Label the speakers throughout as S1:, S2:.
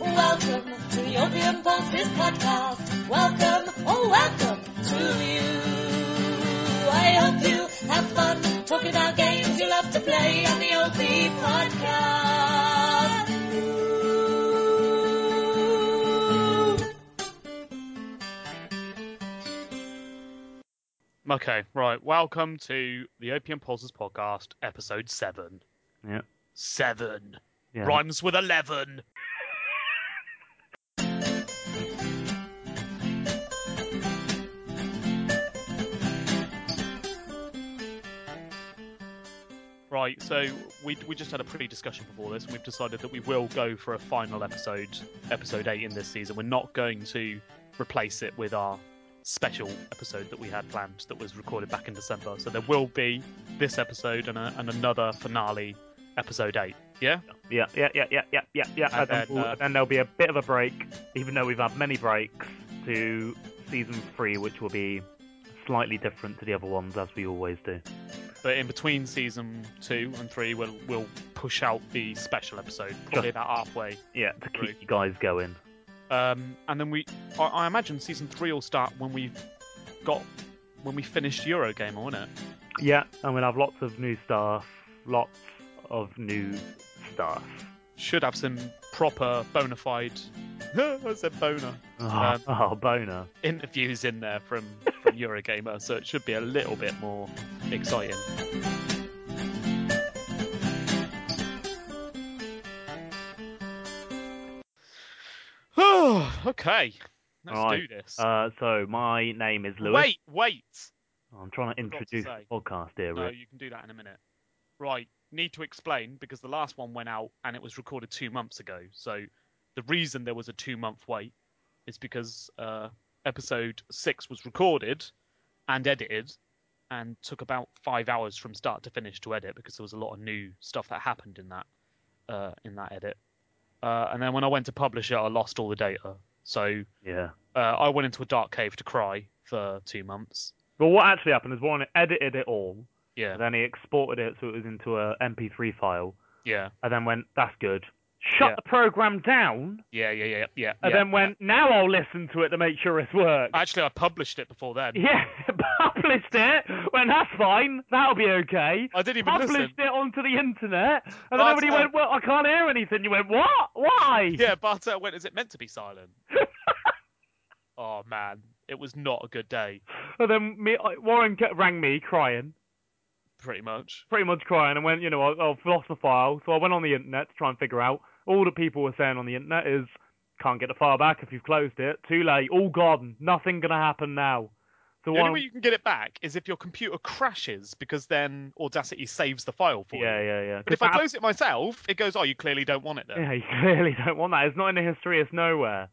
S1: welcome to the Opium Pulses podcast. Welcome, oh welcome to you. I hope you have fun talking about games you love to play on the OP podcast.
S2: Okay, right. Welcome to the Opium Pulses podcast, episode seven.
S3: Yeah.
S2: Seven
S3: yeah.
S2: rhymes with eleven. Right, so we we just had a pre-discussion before this, and we've decided that we will go for a final episode, episode eight in this season. We're not going to replace it with our special episode that we had planned that was recorded back in December. So there will be this episode and, a, and another finale, episode eight. Yeah.
S3: Yeah, yeah, yeah, yeah, yeah, yeah, yeah. And,
S2: And
S3: then,
S2: then,
S3: we'll-
S2: uh,
S3: and then there'll be a bit of a break, even though we've had many breaks, to season three, which will be slightly different to the other ones, as we always do.
S2: But in between season two and three, we'll we'll push out the special episode probably about halfway.
S3: Yeah, to keep
S2: Right.
S3: you guys going.
S2: Um, and then we, I, I imagine season three will start when we've got when we finished Eurogamer, won't it?
S3: Yeah, and we'll have lots of new stuff, lots of new stuff.
S2: Should have some proper bona fide. I said boner.
S3: Oh,
S2: Um,
S3: oh, boner.
S2: interviews in there from, from Eurogamer, so it should be a little bit more exciting. okay, let's
S3: Right,
S2: do this.
S3: Uh, so my name is Lewis.
S2: wait, wait.
S3: I'm trying to
S2: forgot to
S3: introduce
S2: say.
S3: the podcast here.
S2: No,
S3: Rick.
S2: you can do that in a minute. Right, need to explain because the last one went out and it was recorded two months ago. So the reason there was a two month wait is because uh, episode six was recorded and edited and took about five hours from start to finish to edit because there was a lot of new stuff that happened in that uh, in that edit. Uh, and then when I went to publish it, I lost all the data. So
S3: Yeah.
S2: uh, I went into a dark cave to cry for two months.
S3: But what actually happened is Warren edited it all,
S2: Yeah,
S3: and then he exported it so it was into a MP3 file,
S2: yeah,
S3: and then went, "That's good." Shut
S2: Yeah.
S3: the program down,
S2: yeah, yeah, yeah, yeah.
S3: and
S2: yeah,
S3: then went, "Now I'll listen to it to make sure it's works."
S2: Actually, I published it before then.
S3: Yeah, published it. Went, "That's fine. That'll be okay."
S2: I didn't even
S3: Published
S2: listen.
S3: it onto the internet, and then
S2: That's
S3: everybody
S2: fine.
S3: went, "Well, I can't hear anything." You went, "What? Why?"
S2: Yeah, Bartek went, is it meant to be silent? oh, man. It was not a good day,
S3: And then me, I- Warren kept, rang me crying.
S2: pretty much.
S3: pretty much crying and went, you know, I've, I've lost the file. So I went on the internet to try and figure out. All the people were saying on the internet is, can't get the file back if you've closed it. Too late. All gone. Nothing going to happen now.
S2: The
S3: So one,
S2: only way you can get it back is if your computer crashes, because then Audacity saves the file for
S3: yeah,
S2: you.
S3: yeah, yeah.
S2: But if
S3: 'Cause
S2: I
S3: that-
S2: close it myself, it goes, oh, you clearly don't want it then.
S3: yeah, you clearly don't want that. It's not in the history. It's nowhere.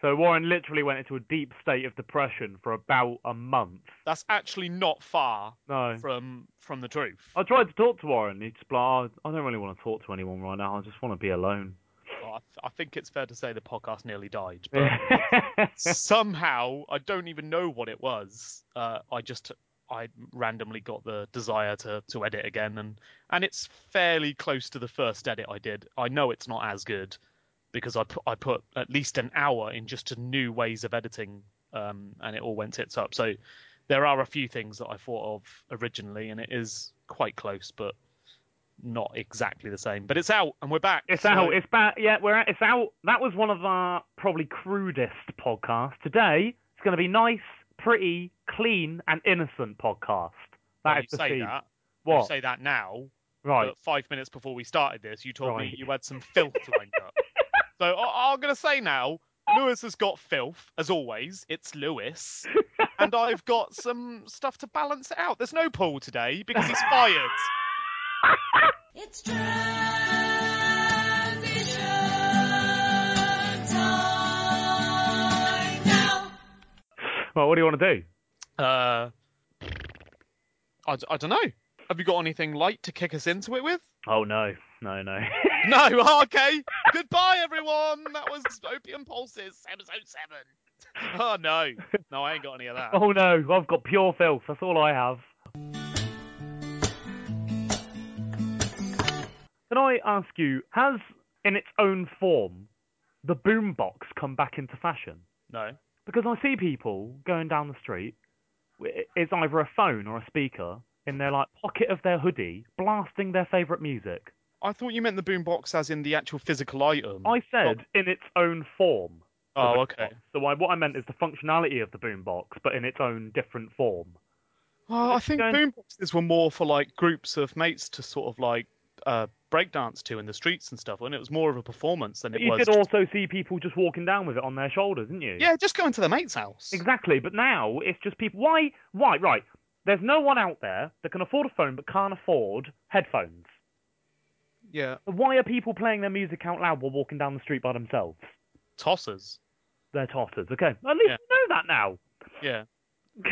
S3: So Warren literally went into a deep state of depression for about a month.
S2: That's actually not far
S3: No.
S2: from from the truth.
S3: I tried to talk to Warren. He's just like, "Oh, I don't really want to talk to anyone right now. I just want to be alone.
S2: I, I think it's fair to say the podcast nearly died. But somehow I don't even know what it was. Uh, I just I randomly got the desire to to edit again, and and it's fairly close to the first edit I did. I know it's not as good because I put, I put at least an hour in just to new ways of editing, um, and it all went tits up. So there are a few things that I thought of originally, and it is quite close, but not exactly the same. But it's out, and we're back.
S3: It's
S2: so-
S3: out. It's back. Yeah, we're out. It's out. That was one of our probably crudest podcasts. Today, it's going to be nice, pretty, clean, and innocent podcast.
S2: well,
S3: That
S2: you
S3: is the
S2: say
S3: theme.
S2: that. You
S3: What?
S2: say that now,
S3: right.
S2: but five minutes before we started this, you told me
S3: Right.
S2: you had some filth lined up. So I- I'm going to say now, Lewis has got filth, as always. It's Lewis. And I've got some stuff to balance it out. There's no Paul today because he's fired.
S1: It's transition time now.
S3: Well, what do you want to do?
S2: Uh, I, don't know. Have you got anything light to kick us into it with?
S3: Oh no, no, no.
S2: No. Oh, okay. Goodbye, everyone. That was Opium Pulses, episode seven. Oh no, no, I ain't got any of that.
S3: oh no, I've got pure filth. That's all I have. Can I ask you, has in its own form, the boombox come back into fashion?
S2: No.
S3: Because I see people going down the street, wi- it's either a phone or a speaker in their like pocket of their hoodie, blasting their favourite music.
S2: I thought you meant the boombox as in the actual physical item.
S3: I said in its own form.
S2: Hmm. Oh,
S3: the
S2: okay.
S3: boombox. So I, what I meant is the functionality of the boombox, but in its own different form.
S2: Well, I think
S3: Going-
S2: boomboxes were more for like groups of mates to sort of like uh, breakdance to in the streets and stuff, and it was more of a performance than
S3: But
S2: it
S3: you
S2: was.
S3: did also see people just walking down with it on their shoulders, didn't you?
S2: Yeah, just going to the mate's house.
S3: Exactly. But now it's just people. Why? Why? Right. There's no one out there that can afford a phone but can't afford headphones.
S2: Yeah,
S3: Why are people playing their music out loud while walking down the street by themselves?
S2: tossers.
S3: They're totters. Okay. At least
S2: Yeah.
S3: you know that now.
S2: Yeah,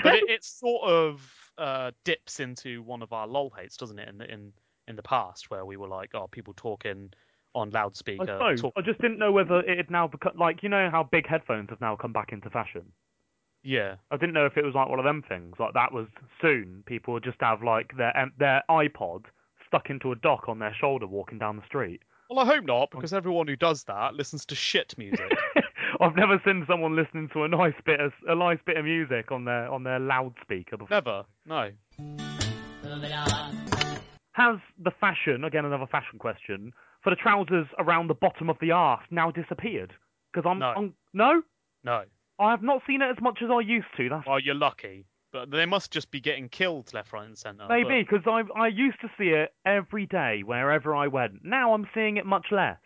S2: but it, it sort of uh, dips into one of our lol hates, doesn't it? In the, in in the past, where we were like, oh, people talking on
S3: I
S2: loudspeaker.
S3: suppose.
S2: uh, talk-
S3: I just didn't know whether it had now become like you know how big headphones have now come back into fashion.
S2: Yeah,
S3: I didn't know if it was like one of them things. Like that was soon people would just have like their em- their iPod stuck into a dock on their shoulder walking down the street.
S2: Well, I hope not, because everyone who does that listens to shit music.
S3: I've never seen someone listening to a nice bit of a nice bit of music on their on their loudspeaker before.
S2: Never. No.
S1: Moving on.
S3: Has the fashion again another fashion question for the trousers around the bottom of the arse now disappeared? Because I'm,
S2: No.
S3: I'm no,
S2: No.
S3: I have not seen it as much as I used to. That's
S2: Well, Oh, you're lucky. But they must just be getting killed left, right, and centre. uh, but-
S3: maybe because I I used to see it every day wherever I went. Now I'm seeing it much less.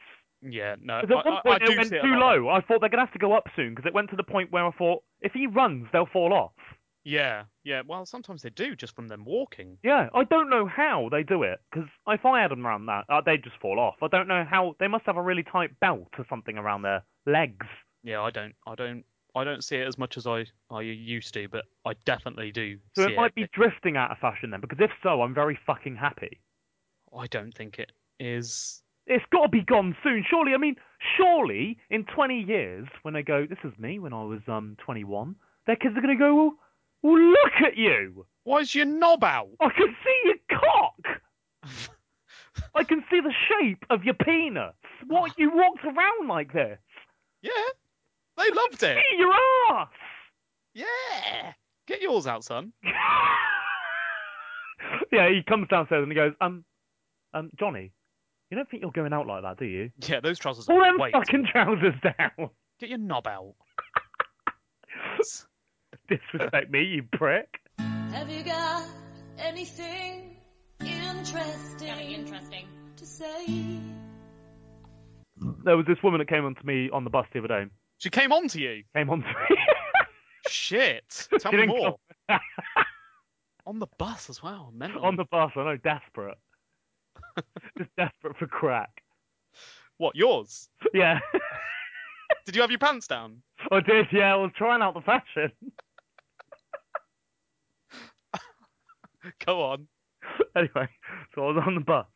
S2: yeah, no.
S3: Because at
S2: I,
S3: one
S2: I- I
S3: point it
S2: do
S3: went
S2: see it a
S3: too
S2: lot.
S3: low. I thought they're gonna have to go up soon because it went to the point where I thought if he runs they'll fall off.
S2: Yeah, yeah. Well, sometimes they do just from them walking.
S3: Yeah, I don't know how they do it because if I had them around that, uh, they'd just fall off. I don't know how they must have a really tight belt or something around their legs.
S2: Yeah, I don't, I don't, I don't see it as much as I, I used to, but I definitely do.
S3: So
S2: see
S3: it might be drifting out of fashion then, because if so, I'm very fucking happy.
S2: I don't think it is.
S3: It's got to be gone soon, surely. I mean, surely in 20 years, when they go, this is me when I was um 21, their kids are gonna go, well, well look at you.
S2: Why is your knob out?
S3: I can see your cock. I can see the shape of your penis. What you walked around like this?
S2: Yeah, they loved it.
S3: See your ass.
S2: Yeah, get yours out, son.
S3: yeah, he comes downstairs and he goes, um, um, Johnny, you don't think you're going out like that, do you?
S2: Yeah, those trousers.
S3: Pull them
S2: Wait,
S3: fucking trousers down.
S2: get your knob out.
S3: Disrespect me, you prick.
S1: Have you got anything interesting? interesting to say?
S3: There was this woman that came on to me on the bus the other day.
S2: She came on to you.
S3: Came on to me.
S2: Shit. Tell
S3: She
S2: me
S3: didn't
S2: more. on the bus as well. Mental.
S3: on the bus, I know, desperate. Just desperate for crack.
S2: What, yours?
S3: Yeah,
S2: Did you have your pants down?
S3: I did. Yeah, I was trying out the fashion.
S2: Go on.
S3: anyway, so I was on the bus.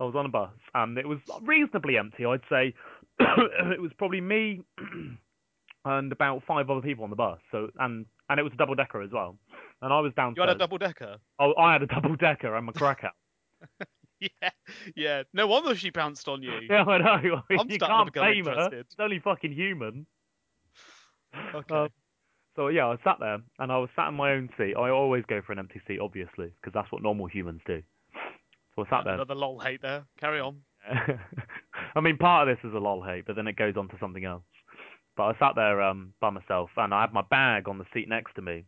S3: I was on a bus, and it was reasonably empty. I'd say it was probably me and about five other people on the bus. So and and it was a double decker as well. And I was
S2: You
S3: downstairs.
S2: had a double decker?
S3: oh, I had a double decker and my crack out.
S2: Yeah. Yeah. No wonder she pounced on you.
S3: yeah, I know.
S2: I'm
S3: you
S2: starting to
S3: can't
S2: become
S3: blame her.
S2: interested.
S3: It's only fucking human.
S2: Okay.
S3: Uh, so yeah, I sat there and I was sat in my own seat. I always go for an empty seat, obviously, because that's what normal humans do. So I sat there.
S2: Another lol hate there. Carry on.
S3: I mean, part of this is a lol hate, but then it goes on to something else. But I sat there um, by myself, and I had my bag on the seat next to me.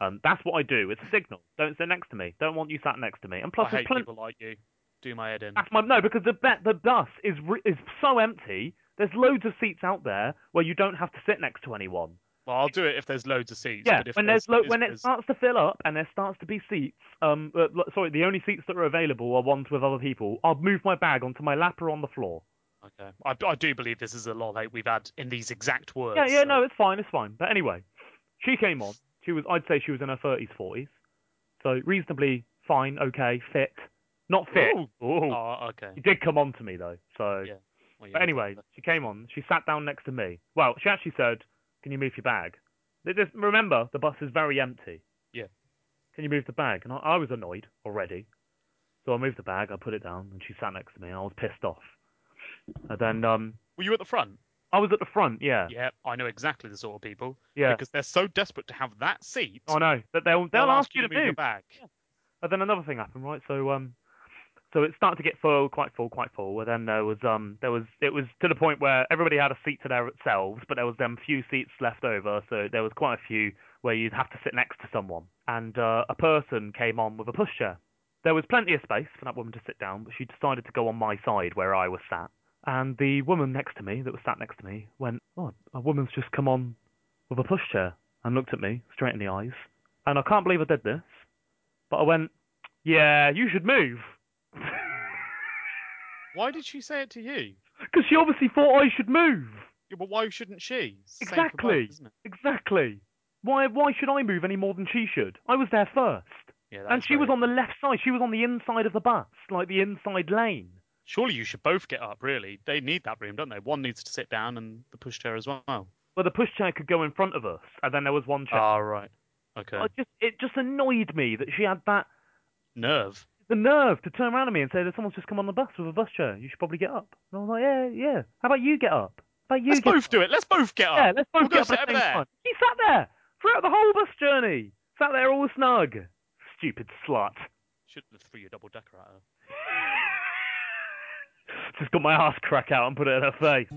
S3: Um, that's what I do. It's a signal. Don't sit next to me. Don't want you sat next to me. And plus,
S2: I
S3: there's
S2: hate
S3: plen- Ah.
S2: people like you. Do my head in.
S3: that's my no, because the be- the bus is re- is so empty. There's loads of seats out there where you don't have to sit next to anyone.
S2: Well, I'll do it if there's loads of seats.
S3: Yeah,
S2: but if
S3: when there's, lo-
S2: if
S3: when it
S2: there's-
S3: starts to fill up and there starts to be seats, um, uh, lo- sorry, the only seats that are available are ones with other people. I'll move my bag onto my lap or on the floor.
S2: Okay. I, I do believe this is a lol hate we've had in these exact words.
S3: Yeah, yeah,
S2: so-
S3: no, it's fine, it's fine. But anyway, she came on. She was, I'd say, she was in her thirties, forties, so reasonably fine, okay, fit, not fit.
S2: Ooh.
S3: Ooh.
S2: Oh, okay.
S3: She did come on to me though, so.
S2: Yeah. Well, yeah,
S3: But anyway, she came on. She sat down next to me. Well, she actually said, "Can you move your bag?" Th- this- remember, the bus is very empty.
S2: Yeah.
S3: Can you move the bag? And I, I was annoyed already, so I moved the bag. I put it down, and she sat next to me, and I was pissed off. And then um,
S2: Were you at the front?
S3: I was at the front, yeah.
S2: Yeah, I know exactly the sort of people
S3: Yeah.
S2: because they're so desperate to have that seat.
S3: I know. That they'll, they'll ask you to
S2: move
S3: do.
S2: it back.
S3: And then another thing happened, right? So um, so it started to get full, quite full, quite full. And then there was um, there was it was to the point where everybody had a seat to themselves, but there was then few seats left over. So there was quite a few where you'd have to sit next to someone. And uh, a person came on with a pushchair. There was plenty of space for that woman to sit down, but she decided to go on my side where I was sat. And the woman next to me, that was sat next to me, went, "Oh, a woman's just come on with a pushchair," and looked at me straight in the eyes. And I can't believe I did this. But I went, yeah, you should move.
S2: Why did she say it to you?
S3: Because she obviously thought I should move.
S2: Yeah, but why shouldn't she? Same for both,
S3: Exactly.
S2: isn't it?
S3: Exactly. Why, why should I move any more than she should? I was there first.
S2: Yeah, that
S3: And
S2: is
S3: she was
S2: very-
S3: on the left side. She was on the inside of the bus, like the inside lane.
S2: Surely you should both get up. Really, they need that room, don't they? One needs to sit down, and the pushchair as well.
S3: Where the pushchair could go in front of us, and then there was one chair.
S2: Ah, right. Okay.
S3: I just, it just annoyed me that she had that
S2: Nerve.
S3: the nerve to turn around at me and say that someone's just come on the bus with a bus chair. You should probably get up. And I was like, yeah, yeah. How about you get up? How about you
S2: Let's
S3: get
S2: both
S3: up?
S2: do it. Let's both get up.
S3: Yeah, let's both
S2: We'll go
S3: get up
S2: sit
S3: at
S2: over
S3: the same
S2: there.
S3: time. He sat there throughout the whole bus journey. Sat there all snug. Stupid slut.
S2: Shouldn't have threw your double decker at her.
S3: Just got my ass crack out and put it in her face.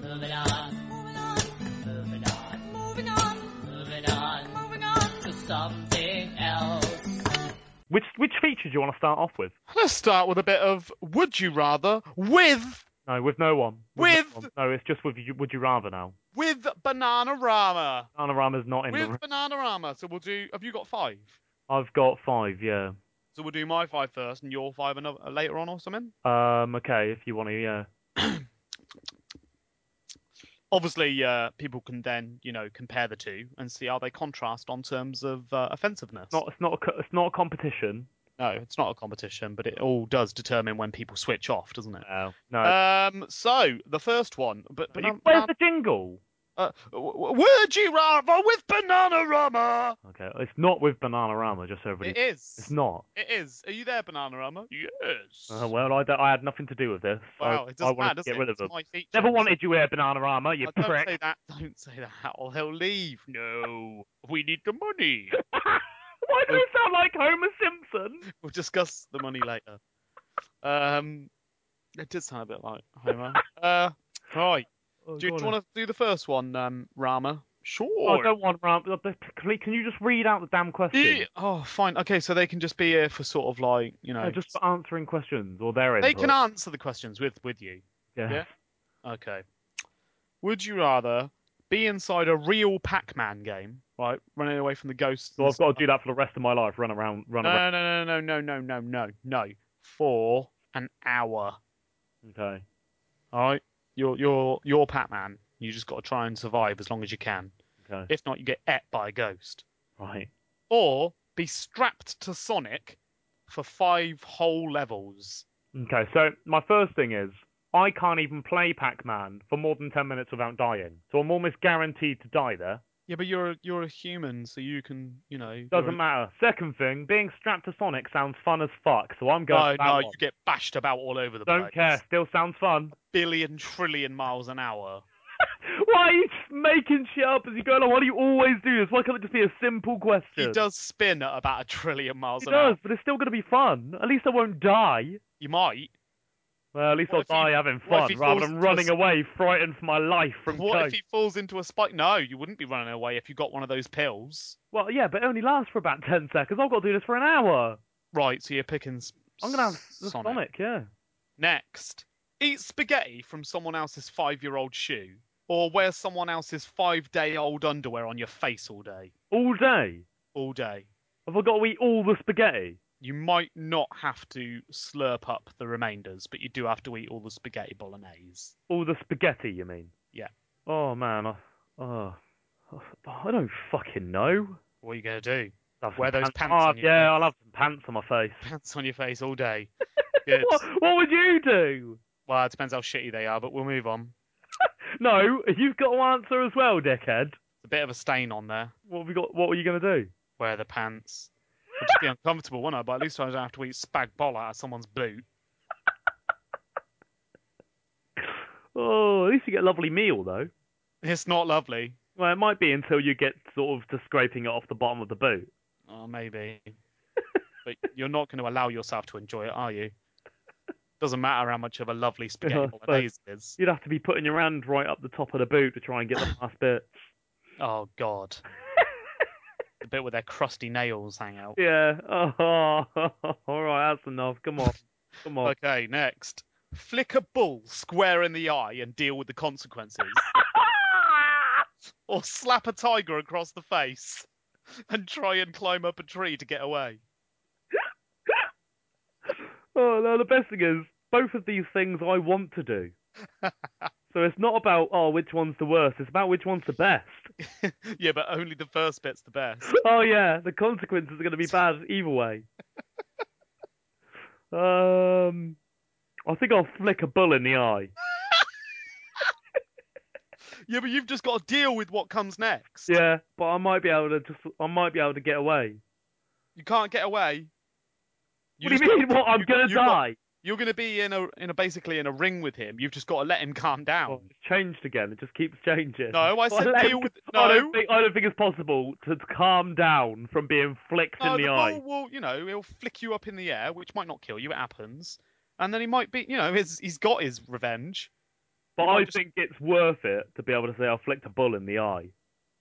S1: Moving on, moving on, moving on, moving on, moving on, moving on to something else.
S3: Which which feature do you want to start off with?
S2: Let's start with a bit of Would You Rather with
S3: No, with no one.
S2: With-
S3: no, one. no it's just with you, would you rather now.
S2: with Bananarama.
S3: Panorama's not in the room.
S2: With Bananarama. So we'll do. Have you got five?
S3: I've got five, yeah.
S2: So we'll do my five first, and your five another, uh, later on or something.
S3: Um, okay, if you want to, yeah.
S2: Obviously, uh, people can then you know compare the two and see how they contrast on terms of uh, offensiveness.
S3: It's not it's not a, co- it's not a competition.
S2: No, it's not a competition, but it all does determine when people switch off, doesn't it?
S3: No, Uh, no.
S2: Um. So the first one, but but
S3: You- where's the jingle?
S2: uh, w- w- would you rather with Bananarama?
S3: Okay, it's not with Bananarama, just so everybody.
S2: It is.
S3: it's not.
S2: It is. Are you there, Bananarama? Yes.
S3: Uh, well, I, don't- I had nothing to do with this.
S2: wow,
S3: I,
S2: it
S3: I
S2: doesn't
S3: wanted
S2: matter.
S3: to
S2: Does
S3: get
S2: it?
S3: rid of
S2: It's
S3: them.
S2: my feature.
S3: Never wanted you here, Banana Rama, you
S2: Oh, don't
S3: prick.
S2: say that. Don't say that. Or they'll leave. No, we need the money.
S3: Why do we sound like Homer Simpson?
S2: we'll discuss the money later. Um, it did sound a bit like Homer. uh, right. Do you, want to do the first one, um, Rama? Sure.
S3: Oh, I don't want Rama. Can you just read out the damn question?
S2: Yeah, oh, fine. Okay, so they can just be here for sort of like you know.
S3: No, Uh, just for answering questions or their
S2: they
S3: input.
S2: can answer the questions with with you.
S3: Yeah.
S2: yeah. Okay. Would you rather be inside a real Pac-Man game, right, running away from the ghosts?
S3: So
S2: and
S3: I've got to do that for the rest of my life. Run around, run around.
S2: No, no, no, no, no, no, no, no, no. For an hour.
S3: Okay.
S2: All right. You're you're you're Pac-Man. You just got to try and survive as long as you can.
S3: Okay.
S2: If not, you get et by a ghost.
S3: Right.
S2: Or be strapped to Sonic for five whole levels.
S3: Okay. So my first thing is I can't even play Pac-Man for more than ten minutes without dying. So I'm almost guaranteed to die there.
S2: Yeah, but you're a, you're a human, so you can you know. you're-
S3: Doesn't matter. Second thing, being strapped to Sonic sounds fun as fuck. So I'm going.
S2: No,
S3: for that
S2: no,
S3: one.
S2: you get bashed about all over the
S3: Don't
S2: place.
S3: care. Still sounds fun.
S2: Billion trillion miles an hour.
S3: Why are you just making shit up as you go along? Why do you always do this? Why can't it just be a simple
S2: He
S3: question?
S2: does spin at about a trillion miles
S3: It
S2: an hour.
S3: does, but it's still going to be fun. At least I won't die.
S2: You might.
S3: Well, at least
S2: What if he-
S3: I'll die having
S2: what if
S3: fun
S2: he falls
S3: rather than
S2: into a
S3: running
S2: s-
S3: away frightened for my life from
S2: what
S3: coke.
S2: if he falls into a spike? No, you wouldn't be running away if you got one of those pills.
S3: Well, yeah, but it only lasts for about 10 seconds. I've got to do this for an hour.
S2: Right, so you're picking. s-
S3: I'm going to have the
S2: Sonic.
S3: Sonic, yeah.
S2: Next, eat spaghetti from someone else's five-year-old shoe, or wear someone else's five-day-old underwear on your face all day,
S3: All day.
S2: all day.
S3: Have I got to eat all the spaghetti?
S2: You might not have to slurp up the remainders, but you do have to eat all the spaghetti bolognese.
S3: All the spaghetti, you mean?
S2: Yeah.
S3: Oh, man. I, oh, I don't fucking know.
S2: What are you gonna do?
S3: Have some
S2: Wear those pants
S3: Oh,
S2: on your
S3: yeah,
S2: face.
S3: I'll have some pants on my face.
S2: Pants on your face all day. Good.
S3: What, what would you do?
S2: Well, it depends how shitty they are, but we'll move on.
S3: No, you've got to answer as well, dickhead.
S2: A bit of a stain on there.
S3: What have we got? What were you going to do?
S2: Wear the pants. It'd just be uncomfortable, wouldn't I? But at least I don't have to eat spag bol out of someone's boot.
S3: Oh, at least you get a lovely meal though.
S2: It's not lovely.
S3: Well, it might be until you get sort of to scraping it off the bottom of the boot.
S2: Oh, maybe. but you're not going to allow yourself to enjoy it, are you? Doesn't matter how much of a lovely spaghetti
S3: Yeah,
S2: bolognese it is.
S3: You'd have to be putting your hand right up the top of the boot to try and get the last bit.
S2: Oh God. the bit where their crusty nails hang out.
S3: Yeah. Oh, all right, that's enough. Come on, come on.
S2: Okay, next. Flick a bull square in the eye and deal with the consequences. or slap a tiger across the face and try and climb up a tree to get away.
S3: Oh no, the best thing is both of these things I want to do. so it's not about oh which one's the worst. It's about which one's the best.
S2: yeah, but only the first bit's the best.
S3: Oh yeah, the consequences are going to be bad either way. Um, I think I'll flick a bull in the eye.
S2: Yeah, but you've just got to deal with what comes next.
S3: Yeah, but I might be able to just I might be able to get away.
S2: You can't get away.
S3: what do
S2: just-
S3: you mean? What? I'm
S2: you've got-
S3: gonna
S2: you've got-
S3: die?
S2: you're going to be in a in a basically in a ring with him. You've just got to let him calm down.
S3: Oh, it's changed again. It just keeps changing.
S2: No, I
S3: Well,
S2: said
S3: let
S2: deal
S3: him-
S2: with
S3: I
S2: no.
S3: don't think I don't think it's possible to calm down from being flicked
S2: no,
S3: in the,
S2: the
S3: eye.
S2: ball will, you know, he'll flick you up in the air, which might not kill you. It happens, and then he might be, you know, he's, he's got his revenge
S3: But
S2: You might
S3: I
S2: just-
S3: think it's worth it to be able to say I flicked a bull in the eye.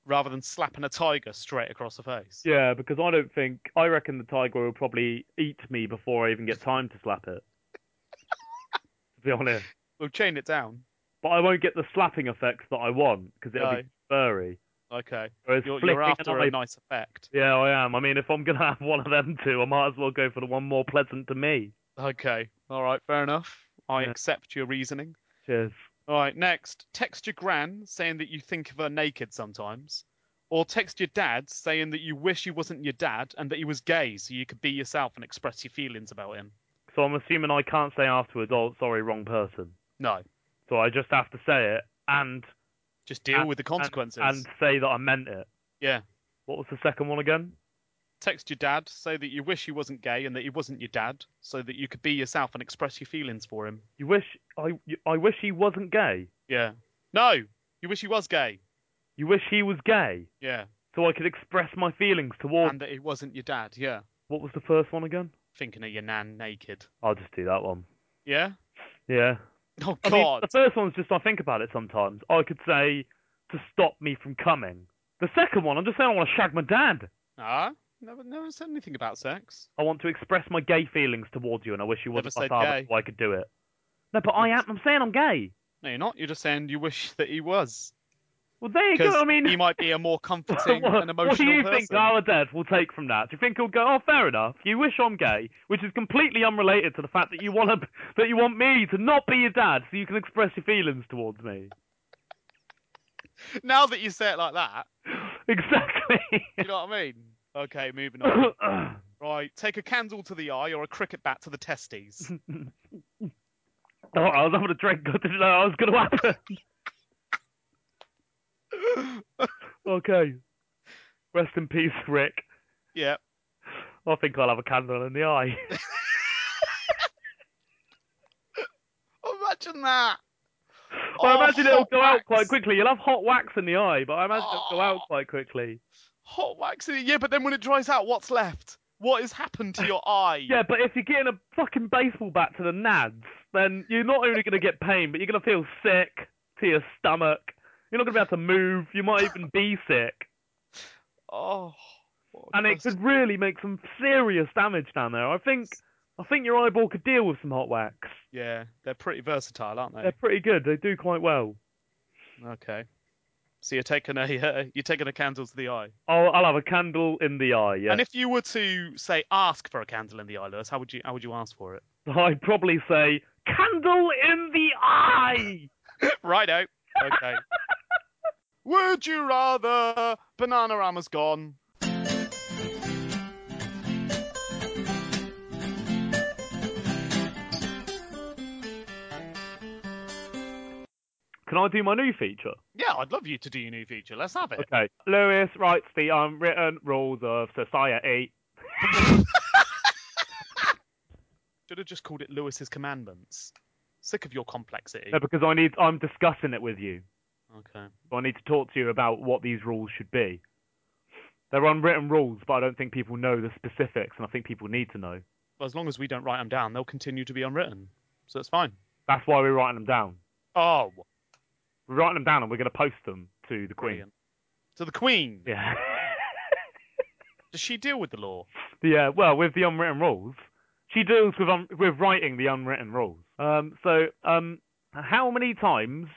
S2: rather than slapping a tiger straight across the face.
S3: Yeah, because I don't think I reckon the tiger will probably eat me before I even get time to slap it. to be honest,
S2: We'll chain it down.
S3: but I won't get the slapping effect that I want because it'll be furry.
S2: Okay,
S3: Whereas
S2: you're,
S3: flicking
S2: you're after
S3: an eye-
S2: a nice effect.
S3: Yeah, I am. I mean, if I'm gonna have one of them two, I might as well go for the one more pleasant to me.
S2: Okay, all right, fair enough. I
S3: Yeah.
S2: accept your reasoning.
S3: Cheers.
S2: All right, next, text your gran saying that you think of her naked sometimes, or text your dad saying that you wish he wasn't your dad and that he was gay so you could be yourself and express your feelings about him.
S3: So I'm assuming I can't say afterwards. Oh, sorry, wrong person.
S2: No,
S3: So I just have to say it and
S2: just deal
S3: And-
S2: with the consequences.
S3: and say that I meant it.
S2: yeah.
S3: What was the second one again?
S2: text your dad, say that you wish he wasn't gay and that he wasn't your dad, so that you could be yourself and express your feelings for him.
S3: You wish I you- I wish he wasn't gay.
S2: Yeah. No, you wish he was gay.
S3: You wish he was gay
S2: Yeah.
S3: so I could express my feelings towards.
S2: And that he wasn't your dad. Yeah.
S3: What was the first one again?
S2: Thinking of your nan naked.
S3: I'll just do that one.
S2: Yeah.
S3: Yeah.
S2: Oh
S3: I
S2: God.
S3: mean, the first one's just I think about it sometimes. I could say to stop me from coming. The second one, I'm just saying I want to shag my dad.
S2: ah, never, never said anything about sex.
S3: I want to express my gay feelings towards you, and I wish you
S2: Never
S3: wasn't my
S2: said
S3: father
S2: gay.
S3: so I could do it. No, but I am. I'm saying I'm gay.
S2: No, you're not. You're just saying you wish that he was.
S3: Well, there you go.
S2: Because
S3: I mean,
S2: he might be a more comforting
S3: what,
S2: and emotional
S3: what do you
S2: person.
S3: think our dad will take from that? Do you think he'll go, "Oh, fair enough. You wish I'm gay," which is completely unrelated to the fact that you want to, that you want me to not be your dad, so you can express your feelings towards me.
S2: Now that you say it like that,
S3: Exactly. Oh,
S2: you know what I mean? Okay, moving on. Right, take a candle to the eye or a cricket bat to the testes.
S3: Oh, I was having a drink. I didn't know I was going to happen. okay. Rest in peace, Rick.
S2: yeah.
S3: I think I'll have a candle in the eye.
S2: Imagine that.
S3: I
S2: Oh,
S3: imagine it'll
S2: hot
S3: go out
S2: wax.
S3: quite quickly. You'll have hot wax in the eye, but I imagine it'll go out
S2: Oh.
S3: quite quickly.
S2: Hot wax in it. Yeah, but then when it dries out, what's left? What has happened to your eye?
S3: Yeah, but if you're getting a fucking baseball bat to the nads, then you're not only going to get pain, but you're going to feel sick to your stomach. You're not going to be able to move. You might even be sick.
S2: Oh. what a
S3: And it
S2: question.
S3: could really make some serious damage down there. I think I think your eyeball could deal with some hot wax.
S2: Yeah, they're pretty versatile, aren't
S3: They're
S2: they?
S3: pretty good. They do quite well.
S2: Okay. So you're taking a uh, you're taking a candle to the eye.
S3: I'll, I'll have a candle in the eye, yeah.
S2: And if you were to say ask for a candle in the eye, Lewis, how would you how would you ask for it?
S3: I'd probably say, candle in the eye!
S2: Righto. Okay. would you rather Banana Rama's gone?
S3: Can I do my new feature?
S2: Yeah, I'd love you to do your new feature. Let's have it.
S3: Okay. Lewis writes the unwritten rules of society.
S2: Should have just called it Lewis's Commandments. Sick of your complexity.
S3: No, because I need. I'm discussing it with you.
S2: Okay.
S3: So I need to talk to you about what these rules should be. They're unwritten rules, but I don't think people know the specifics, and I think people need to know.
S2: Well, as long as we don't write them down, they'll continue to be unwritten. So it's fine.
S3: That's why we're writing them down.
S2: Oh,
S3: We're writing them down, and we're going to post them to the Queen.
S2: brilliant. So the Queen,
S3: Yeah.
S2: does she deal with the law?
S3: yeah. Well, with the unwritten rules, she deals with un- with writing the unwritten rules. Um. So, um, how many times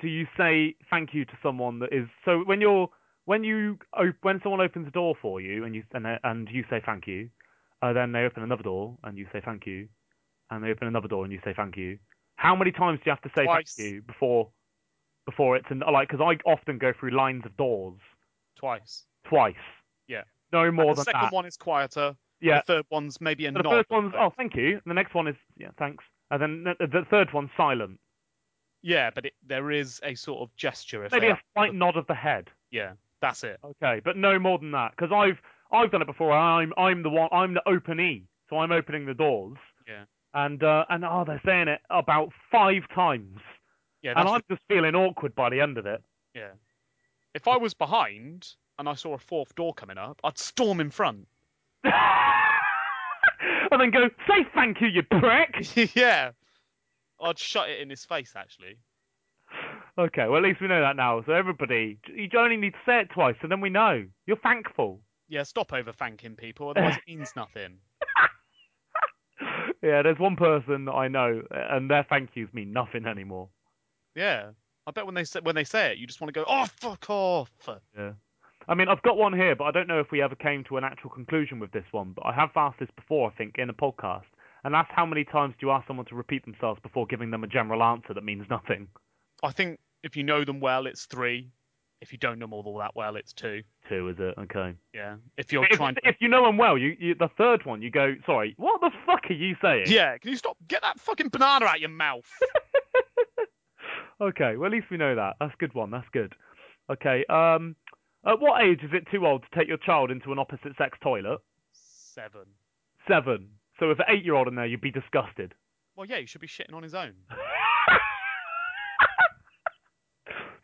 S3: do you say thank you to someone that is so when you're when you op- when someone opens a door for you and you and, they- and you say thank you, uh, then they open another door and you say thank you, and they open another door and you say thank you. How many times do you have to say
S2: Twice.
S3: thank you before before it's an, like because I often go through lines of doors
S2: Twice.
S3: twice.
S2: Yeah.
S3: No more
S2: the
S3: than
S2: second
S3: that.
S2: one is quieter.
S3: yeah.
S2: The third one's maybe a
S3: So the
S2: nod.
S3: first one's oh thank you. And the next one is yeah thanks. And then the, the third one's silent.
S2: Yeah, but it, there is a sort of gesture. If
S3: Maybe
S2: they-
S3: a slight nod of the head.
S2: Yeah, that's it.
S3: Okay, but no more than that because I've I've done it before. I'm I'm the one I'm the openee, so I'm opening the doors.
S2: Yeah.
S3: And uh, and oh they're saying it about five times,
S2: Yeah,
S3: and
S2: that's
S3: I'm just feeling awkward by the end of it.
S2: Yeah. If I was behind and I saw a fourth door coming up, I'd storm in front.
S3: and then go say thank you, you prick.
S2: yeah. I'd shut it in his face, actually.
S3: Okay, well at least we know that now. So everybody, you only need to say it twice, and then we know you're thankful.
S2: Yeah, stop over thanking people, otherwise it means nothing.
S3: yeah, there's one person that I know, and their thank yous mean nothing anymore.
S2: Yeah. I bet when they say, when they say it, you just want to go, oh, fuck off.
S3: Yeah. I mean, I've got one here, but I don't know if we ever came to an actual conclusion with this one. But I have asked this before, I think, in a podcast, and that's how many times do you ask someone to repeat themselves before giving them a general answer that means nothing?
S2: I think if you know them well, it's three. If you don't know them all that well, it's two.
S3: Two, is it? Okay.
S2: Yeah. If you're
S3: if,
S2: trying to.
S3: if you know them well, you, you the third one, you go, sorry, what the fuck are you saying?
S2: Yeah, can you stop? Get that fucking banana out your mouth.
S3: Okay, well at least we know that. That's a good one. That's good. Okay. Um, at what age is it too old to take your child into an opposite sex toilet?
S2: Seven.
S3: Seven. So if an eight-year-old in there, you'd be disgusted.
S2: Well, yeah, you should be shitting on his own.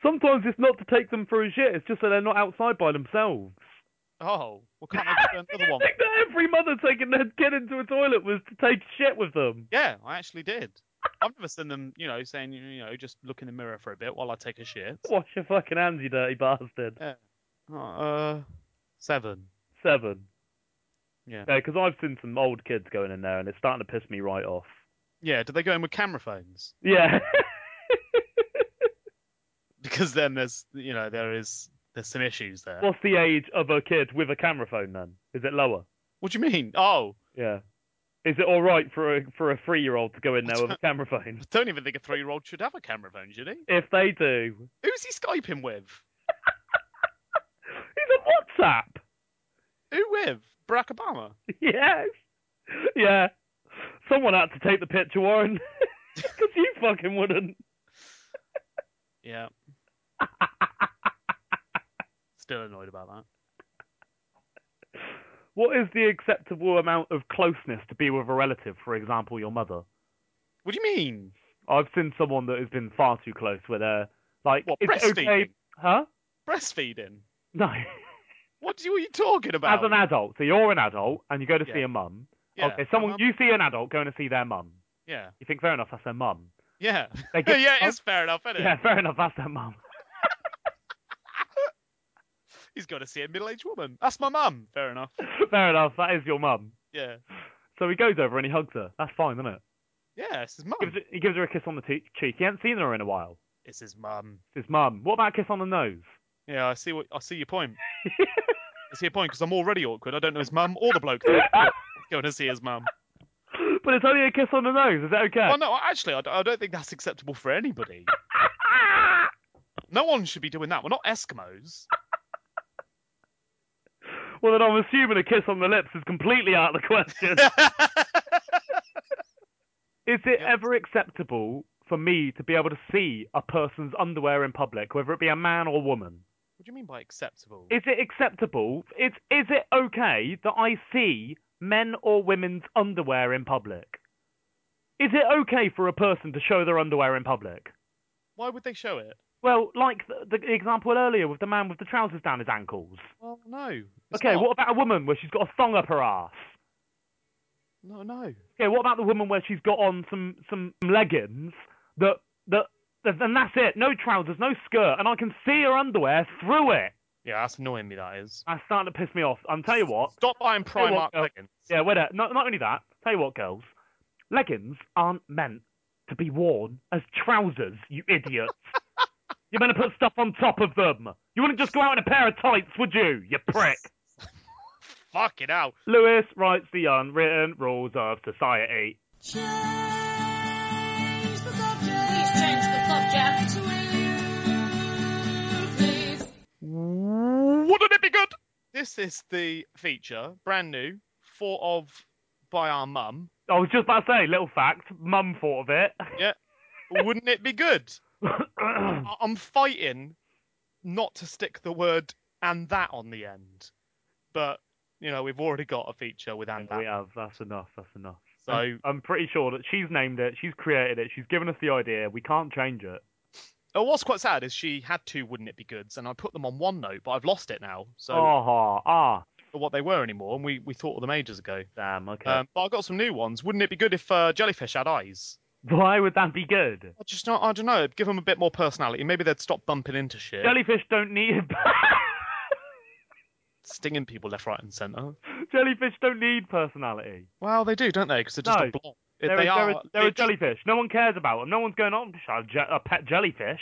S3: Sometimes it's not to take them for a shit, it's just so they're not outside by themselves.
S2: Oh, well, can't I just do
S3: you
S2: another one?
S3: think that every mother taking their kid into a toilet was to take shit with them?
S2: Yeah, I actually did. I've never seen them, you know, saying, you know, just look in the mirror for a bit while I take a shit.
S3: Wash your fucking hands, you dirty bastard.
S2: Oh, uh, seven.
S3: Seven.
S2: Yeah.
S3: No, because I've seen some old kids going in there and it's starting to piss me right off.
S2: Yeah, do they go in with camera phones?
S3: Yeah.
S2: Because then there's, you know, there is there's some issues there.
S3: What's the age of a kid with a camera phone then? Is it lower?
S2: What do you mean? Oh,
S3: Yeah. Is it all right for a for a three year old to go in there with a camera phone?
S2: I don't even think a three-year-old should have a camera phone, should he?
S3: If they do,
S2: Who's he skyping with?
S3: he's a WhatsApp.
S2: Who with? Barack Obama.
S3: Yes. Yeah. Someone had to take the picture, Warren. Because you fucking wouldn't.
S2: Yeah. Still annoyed about that.
S3: What is the acceptable amount of closeness to be with a relative, for example, your mother?
S2: What do you mean?
S3: I've seen someone that has been far too close with her. Like,
S2: What
S3: it's
S2: breastfeeding?
S3: okay. Huh?
S2: Breastfeeding.
S3: No.
S2: What do- what are you talking
S3: As
S2: about?
S3: an adult. So you're an adult and you go to see
S2: Yeah.
S3: a mum.
S2: yeah.
S3: Okay, someone, you see an adult going to see their mum.
S2: Yeah.
S3: You think, fair enough, that's their mum.
S2: Yeah.
S3: They get-
S2: yeah, it's fair enough, isn't it?
S3: Yeah, fair enough, that's their mum.
S2: He's got to see a middle-aged woman. That's my mum. Fair enough.
S3: fair enough, that is your mum.
S2: Yeah.
S3: So he goes over and he hugs her. That's fine, isn't it?
S2: Yeah, it's his mum.
S3: gives her, he gives her a kiss on the te- cheek. He hasn't seen her in a while.
S2: It's his mum.
S3: It's his mum. What about a kiss on the nose?
S2: Yeah, I see what I see your point. I see your point because I'm already awkward. I don't know his mum or the bloke that's
S3: but
S2: going to see his mum.
S3: it's only a kiss on the nose. Is that okay?
S2: Well, no, actually, I d- I don't think that's acceptable for anybody. No one should be doing that. We're not Eskimos.
S3: Well, then I'm assuming a kiss on the lips is completely out of the question. is it
S2: Yep.
S3: ever acceptable for me to be able to see a person's underwear in public, whether it be a man or woman?
S2: What do you mean by acceptable?
S3: Is it acceptable? Is, is it okay that I see men or women's underwear in public? Is it okay for a person to show their underwear in public?
S2: Why would they show it?
S3: Well, like the, the example earlier with the man with the trousers down his ankles.
S2: Well, no. it's
S3: Okay,
S2: not.
S3: what about a woman where she's got a thong up her ass?
S2: No, no.
S3: Okay, what about the woman where she's got on some some leggings that that that- and that's it, no trousers, no skirt, and I can see her underwear through it.
S2: Yeah, that's annoying me. That is.
S3: That's starting to piss me off. I'm tell you what.
S2: Stop buying
S3: Tell you
S2: Primark
S3: what, girl.
S2: leggings.
S3: Yeah, wait. a- Not not only that. Tell you what, girls, leggings aren't meant to be worn as trousers. You idiots. You're meant to put stuff on top of them. You wouldn't just go out in a pair of tights, would you? You prick.
S2: Fuck it out.
S3: Lewis writes the unwritten rules of society.
S1: Change the subject. Please change the subject. Will you please?
S2: Wouldn't it be good? This is the feature, brand new, thought of by our mum.
S3: I was just about to say, little fact, mum thought of it.
S2: Wouldn't it be good? I- I'm fighting not to stick the word and that on the end. But, you know, we've already got a feature with and that.
S3: we have, that's enough, that's enough.
S2: So,
S3: I'm pretty sure that she's named it, she's created it, she's given us the idea, we can't change it.
S2: oh, what's quite sad is she had two wouldn't it be goods, and I put them on one note, but I've lost it now. So, I
S3: Ah, ha, ah,
S2: don't know what they were anymore, and we, we thought of them ages ago.
S3: damn, okay.
S2: Um, but I got some new ones. Wouldn't it be good if uh, jellyfish had eyes?
S3: Why would that be good?
S2: I just not. I don't know. Give them a bit more personality. Maybe they'd stop bumping into shit,
S3: Jellyfish don't need
S2: stinging people left, right, and centre.
S3: jellyfish don't need personality.
S2: Well, they do, don't they? Because they're just
S3: No.
S2: a blob. If
S3: They're,
S2: they
S3: a,
S2: are.
S3: they're, a, they're a
S2: literally-
S3: jellyfish. No one cares about them. No one's going on a, je- a pet jellyfish.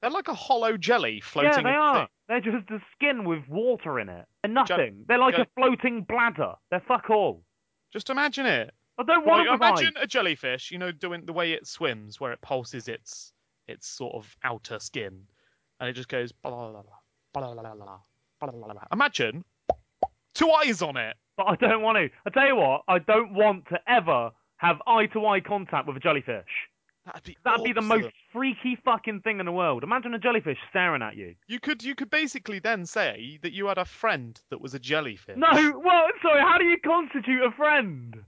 S2: They're like a hollow jelly floating.
S3: yeah, they
S2: in the
S3: are.
S2: thing.
S3: They're just a skin with water in it. They're nothing. they're like
S2: Jel-
S3: a floating bladder. They're fuck all.
S2: Just imagine it.
S3: I
S2: Like,
S3: don't want to
S2: imagine a jellyfish. You know, doing the way it swims, where it pulses its its sort of outer skin, and it just goes. blah, blah, blah, blah, blah, blah, blah, blah, blah, blah. Imagine two eyes on it.
S3: But I don't want to. I tell you what, I don't want to ever have eye to eye contact with a jellyfish.
S2: That'd be
S3: That'd be the
S2: awesome.
S3: most freaky fucking thing in the world. Imagine a jellyfish staring at you.
S2: You could you could basically then say that you had a friend that was a jellyfish.
S3: No, well, sorry, how do you constitute a friend?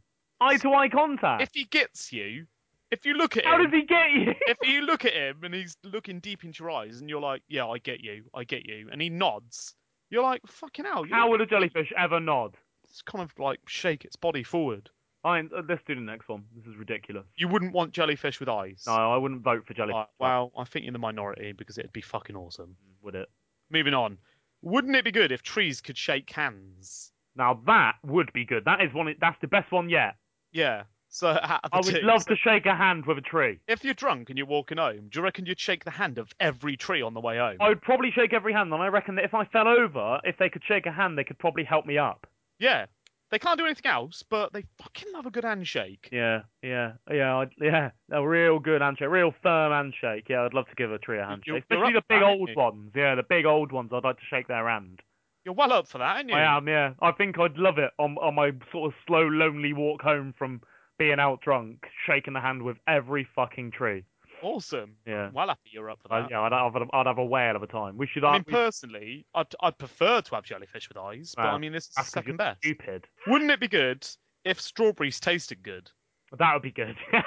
S3: Eye to eye contact.
S2: if he gets you, if you look at
S3: how
S2: him,
S3: does he get you?
S2: if you look at him and he's looking deep into your eyes, and you're like, "Yeah, I get you, I get you," and he nods, you're like, "Fucking hell!" You're
S3: how would a jellyfish ever nod?
S2: it's kind of like shake its body forward.
S3: I, uh, let's do the next one. This is ridiculous.
S2: You wouldn't want jellyfish with eyes.
S3: No, I wouldn't vote for jellyfish.
S2: Right, well, I think you're the minority because it'd be fucking awesome.
S3: would it?
S2: Moving on. Wouldn't it be good if trees could shake hands?
S3: Now that would be good. That is one. That's the best one yet.
S2: Yeah. So out of the
S3: I would
S2: two,
S3: love
S2: so-
S3: to shake a hand with a tree.
S2: If you're drunk and you're walking home, do you reckon you'd shake the hand of every tree on the way home?
S3: I would probably shake every hand, and I reckon that if I fell over, if they could shake a hand, they could probably help me up.
S2: Yeah. They can't do anything else, but they fucking love a good handshake.
S3: Yeah, yeah, yeah, I'd, yeah. A real good handshake, real firm handshake. Yeah, I'd love to give a tree a handshake,
S2: you're
S3: especially
S2: up
S3: the
S2: for
S3: big
S2: that,
S3: old
S2: aren't you?
S3: ones. Yeah, the big old ones. I'd like to shake their hand.
S2: You're well up for that, aren't you?
S3: I am. Yeah, I think I'd love it on on my sort of slow, lonely walk home from being out drunk, shaking the hand with every fucking tree.
S2: Awesome.
S3: Yeah.
S2: Well happy you're up for that.
S3: I, yeah, I'd, I'd, have a- I'd have a whale of a time. We should.
S2: I mean,
S3: we-
S2: personally, I'd, I'd prefer to have jellyfish with eyes, but
S3: Well,
S2: I mean, this is
S3: that's 'cause
S2: second
S3: you're
S2: best.
S3: Stupid.
S2: Wouldn't it be good if strawberries tasted good?
S3: That would be good.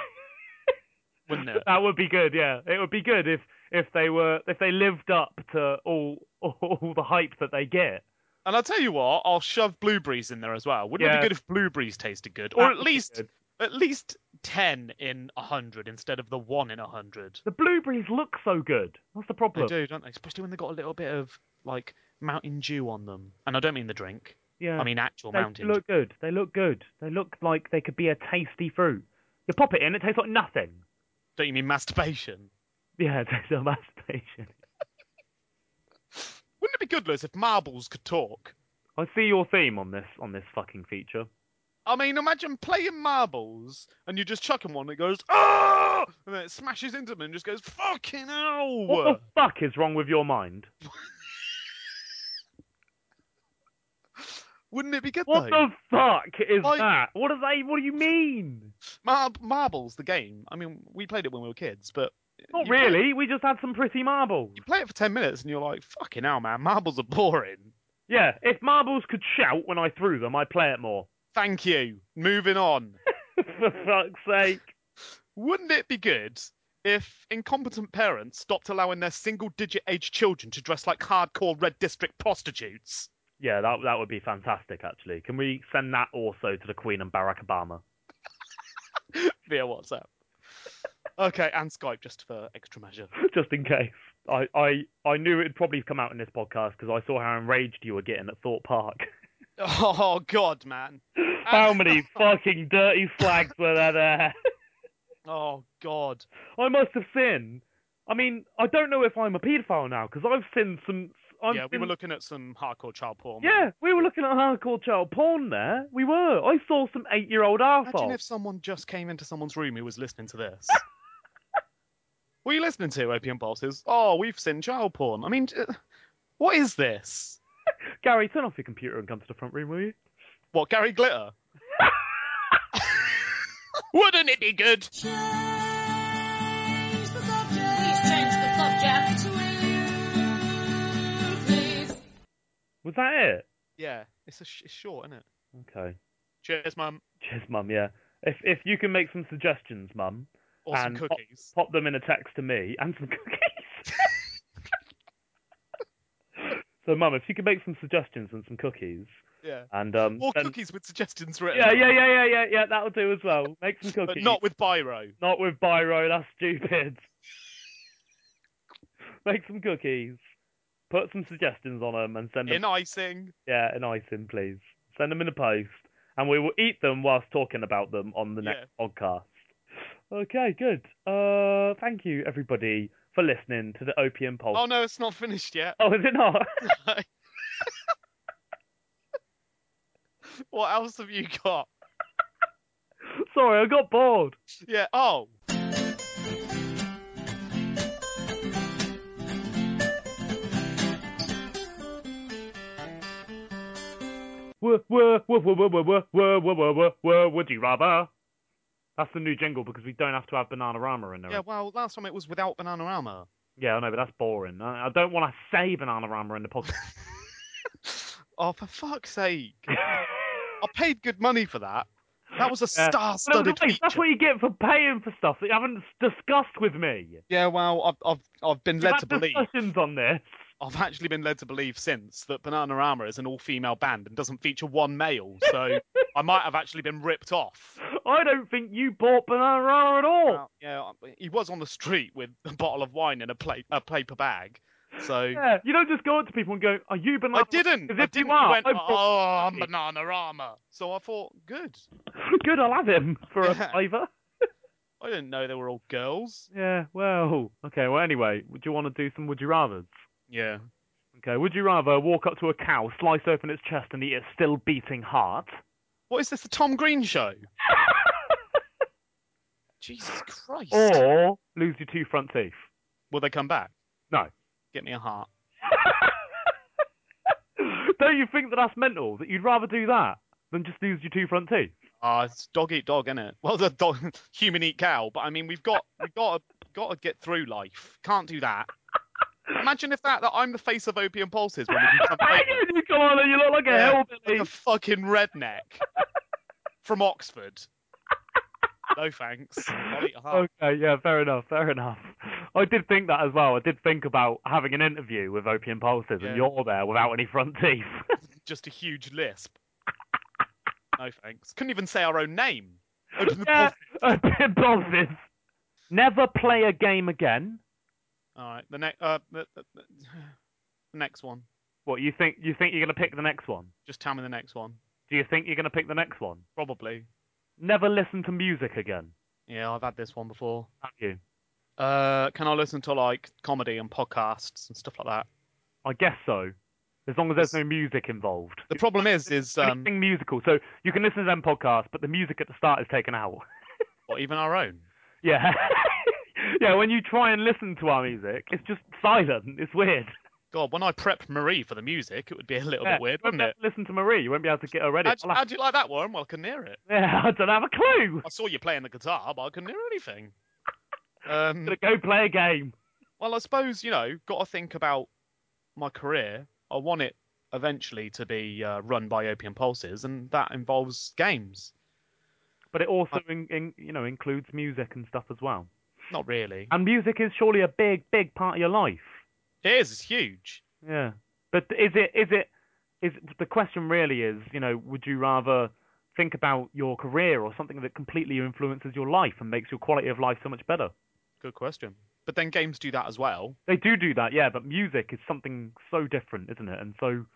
S2: Wouldn't it?
S3: that would be good. Yeah, it would be good if if they were if they lived up to all all the hype that they get.
S2: And I'll tell you what, I'll shove blueberries in there as well. Wouldn't it
S3: Yeah.
S2: be good if blueberries tasted good?
S3: That
S2: Or
S3: would
S2: at
S3: be
S2: least
S3: good.
S2: at least 10 in a 100 instead of the 1 in a 100.
S3: the blueberries look so good. That's the
S2: They
S3: problem.
S2: do, don't they? Especially when they got a little bit of like Mountain Dew on them. And I don't mean the drink.
S3: Yeah.
S2: I mean actual
S3: they
S2: Mountain Dew.
S3: look good. They look good. They look like they could be a tasty fruit. You pop it in, it tastes like nothing.
S2: Don't you mean masturbation?
S3: Yeah, it tastes like masturbation.
S2: Wouldn't it be good, Lewis, if marbles could talk?
S3: I see your theme on this on this fucking feature.
S2: I mean, imagine playing marbles and you're just chucking one and it goes, oh! And then it smashes into them and just goes, fucking hell!
S3: What the fuck is wrong with your mind?
S2: Wouldn't it be good
S3: What
S2: though?
S3: the fuck is
S2: Like-
S3: that? What do they? What do you mean?
S2: Mar- marbles, the game. I mean, we played it when we were kids, but
S3: Not
S2: you play-
S3: really. We just had some pretty marbles.
S2: you play it for ten minutes and you're like, "Fucking hell, man, marbles are boring."
S3: Yeah, if marbles could shout when I threw them, I'd play it more.
S2: Thank you. Moving on.
S3: For fuck's sake.
S2: Wouldn't it be good if incompetent parents stopped allowing their single digit age children to dress like hardcore red district prostitutes?
S3: Yeah, that that would be fantastic actually. Can we send that also to the Queen and Barack Obama?
S2: Via WhatsApp. Okay, and Skype just for extra measure.
S3: Just in case. I, I, I knew it'd probably come out in this podcast because I saw how enraged you were getting at Thorpe Park.
S2: Oh, God, man.
S3: how many fucking dirty slags were there there?
S2: Oh, God.
S3: I must have sinned. I mean, I don't know if I'm a paedophile now because I've sinned some. I've
S2: yeah, we
S3: sinned-
S2: were looking at some hardcore child porn.
S3: Yeah, we were looking at hardcore child porn there. We were. I saw some eight-year-old arsehole.
S2: Imagine if someone just came into someone's room who was listening to this. what are you listening to, Opium Pulses? Oh, we've seen child porn. I mean, uh, what is this?
S3: Gary, turn off your computer and come to the front room, will you?
S2: What, Gary Glitter? Wouldn't it be good?
S1: Change the subject. Please change the subject. Will you please?
S3: Was that it?
S2: Yeah, it's a sh- it's short, isn't it?
S3: Okay.
S2: Cheers, mum.
S3: Cheers, mum. Yeah. If if you can make some suggestions, mum,
S2: Or some
S3: And-
S2: cookies.
S3: pop them in a text to me and some cookies. so, mum, if you could make some suggestions and some cookies,
S2: Yeah.
S3: and um,
S2: Or
S3: then-
S2: cookies with suggestions written.
S3: Yeah, yeah, yeah, yeah, yeah, yeah. That'll do as well. Make some
S2: But
S3: cookies.
S2: not with Biro.
S3: Not with Biro, that's stupid. Make some cookies, put some suggestions on them, and send them.
S2: In icing.
S3: Yeah, an icing, please. Send them in a post, and we will eat them whilst talking about them on the next podcast. Okay, good. Uh, thank you everybody for listening to the Opium Pulse.
S2: Oh, no, it's not finished yet.
S3: Oh, is it not?
S2: What else have you got?
S3: Sorry, I got bored.
S2: Yeah. Oh.
S3: Wha- wha- wha- wha- wha- wha- wha- wha- wha- wha- wha- wha- Would you rather? That's the new jingle because we don't have to have Bananarama in there.
S2: Yeah. Well, last time it was without banana rama.
S3: Yeah, I know, but that's boring. I, I don't want to say Bananarama in the podcast.
S2: Oh, for fuck's sake! I paid good money for that. That was a
S3: Yeah. No,
S2: star-studded
S3: but wait, that's
S2: feature.
S3: what you get for paying for stuff that you haven't discussed with me.
S2: Yeah. Well, I've I've I've been
S3: We've
S2: led
S3: had
S2: to believe.
S3: discussions on this.
S2: I've actually been led to believe since that Banana Rama is an all-female band and doesn't feature one male, so I might have actually been ripped off.
S3: I don't think you bought Bananarama at all.
S2: Well, yeah, he was on the street with a bottle of wine and a plate a paper bag. So
S3: Yeah, you don't just go up to people and go, "Are you
S2: I
S3: Bananarama?"
S2: didn't.
S3: As
S2: I
S3: if you
S2: didn't.
S3: are.
S2: went,
S3: I
S2: oh, I'm
S3: cookies."
S2: Banana Rama. So I thought, good.
S3: Good, I'll have him for a
S2: "Oh." Yeah.
S3: flavour.
S2: I didn't know they were all girls.
S3: Yeah, well, okay. Well, anyway, would you want to do some would you rather's?
S2: Yeah.
S3: Okay, would you rather walk up to a cow, slice open its chest, and eat its still beating heart?
S2: What is this, the Tom Green show? Jesus Christ.
S3: Or lose your two front teeth?
S2: Will they come back?
S3: No.
S2: Get me a heart.
S3: Don't you think that that's mental? That you'd rather do that than just lose your two front teeth?
S2: Ah, it's dog eat dog, innit? Well, the dog, human eat cow. But I mean, we've got we've got to, got to get through life. Can't do that. Imagine if that that I'm the face of opium pulses when we become famous.
S3: you come on, you look like a
S2: Yeah,
S3: hellbilly.
S2: like a fucking redneck from Oxford. No thanks. I'll eat a heart.
S3: Oh, Okay, yeah, fair enough, fair enough. I did think that as well. I did think about having an interview with Opium Pulses,
S2: Yeah.
S3: and you're there without any front teeth.
S2: Just a huge lisp. No thanks. Couldn't even say our own name. Open the
S3: yeah, Opium Pulses. Never play a game again.
S2: All right, the next uh, the, the, the the next one.
S3: What you think? You think you're gonna pick the next one?
S2: Just tell me the next one.
S3: Do you think you're gonna pick the next one?
S2: Probably.
S3: Never listen to music again.
S2: Yeah, I've had this one before.
S3: Have you?
S2: Uh, can I listen to like comedy and podcasts and stuff like that?
S3: I guess so. As long as there's no music involved.
S2: The problem is, is um,
S3: Anything musical. So you can listen to them podcasts, but the music at the start is taken out.
S2: or even our own.
S3: Yeah. yeah, when you try and listen to our music, it's just silent. It's weird.
S2: God, when I prepped Marie for the music, it would be a little
S3: Yeah,
S2: bit weird,
S3: you won't
S2: wouldn't
S3: be able
S2: it?
S3: to Listen to Marie. You won't be able to get her ready.
S2: How'd,
S3: I'll have-
S2: how'd you like that, Warren? Well, I couldn't hear it.
S3: yeah, I don't have a clue.
S2: I saw you playing the guitar, but I couldn't hear anything.
S3: I'm
S2: Um,
S3: going to go play a game.
S2: well, I suppose you know, got to think about my career. I want it eventually to be uh, run by Opium Pulses, and that involves games.
S3: but it also in, in, you know includes music and stuff as well.
S2: Not really.
S3: And music is surely a big, big part of your life.
S2: It is. It's huge.
S3: Yeah. But is it is it is the question really is you know would you rather think about your career or something that completely influences your life and makes your quality of life so much better?
S2: Good question. But then games do that as well.
S3: They do do that, yeah. But music is something so different, isn't it? And so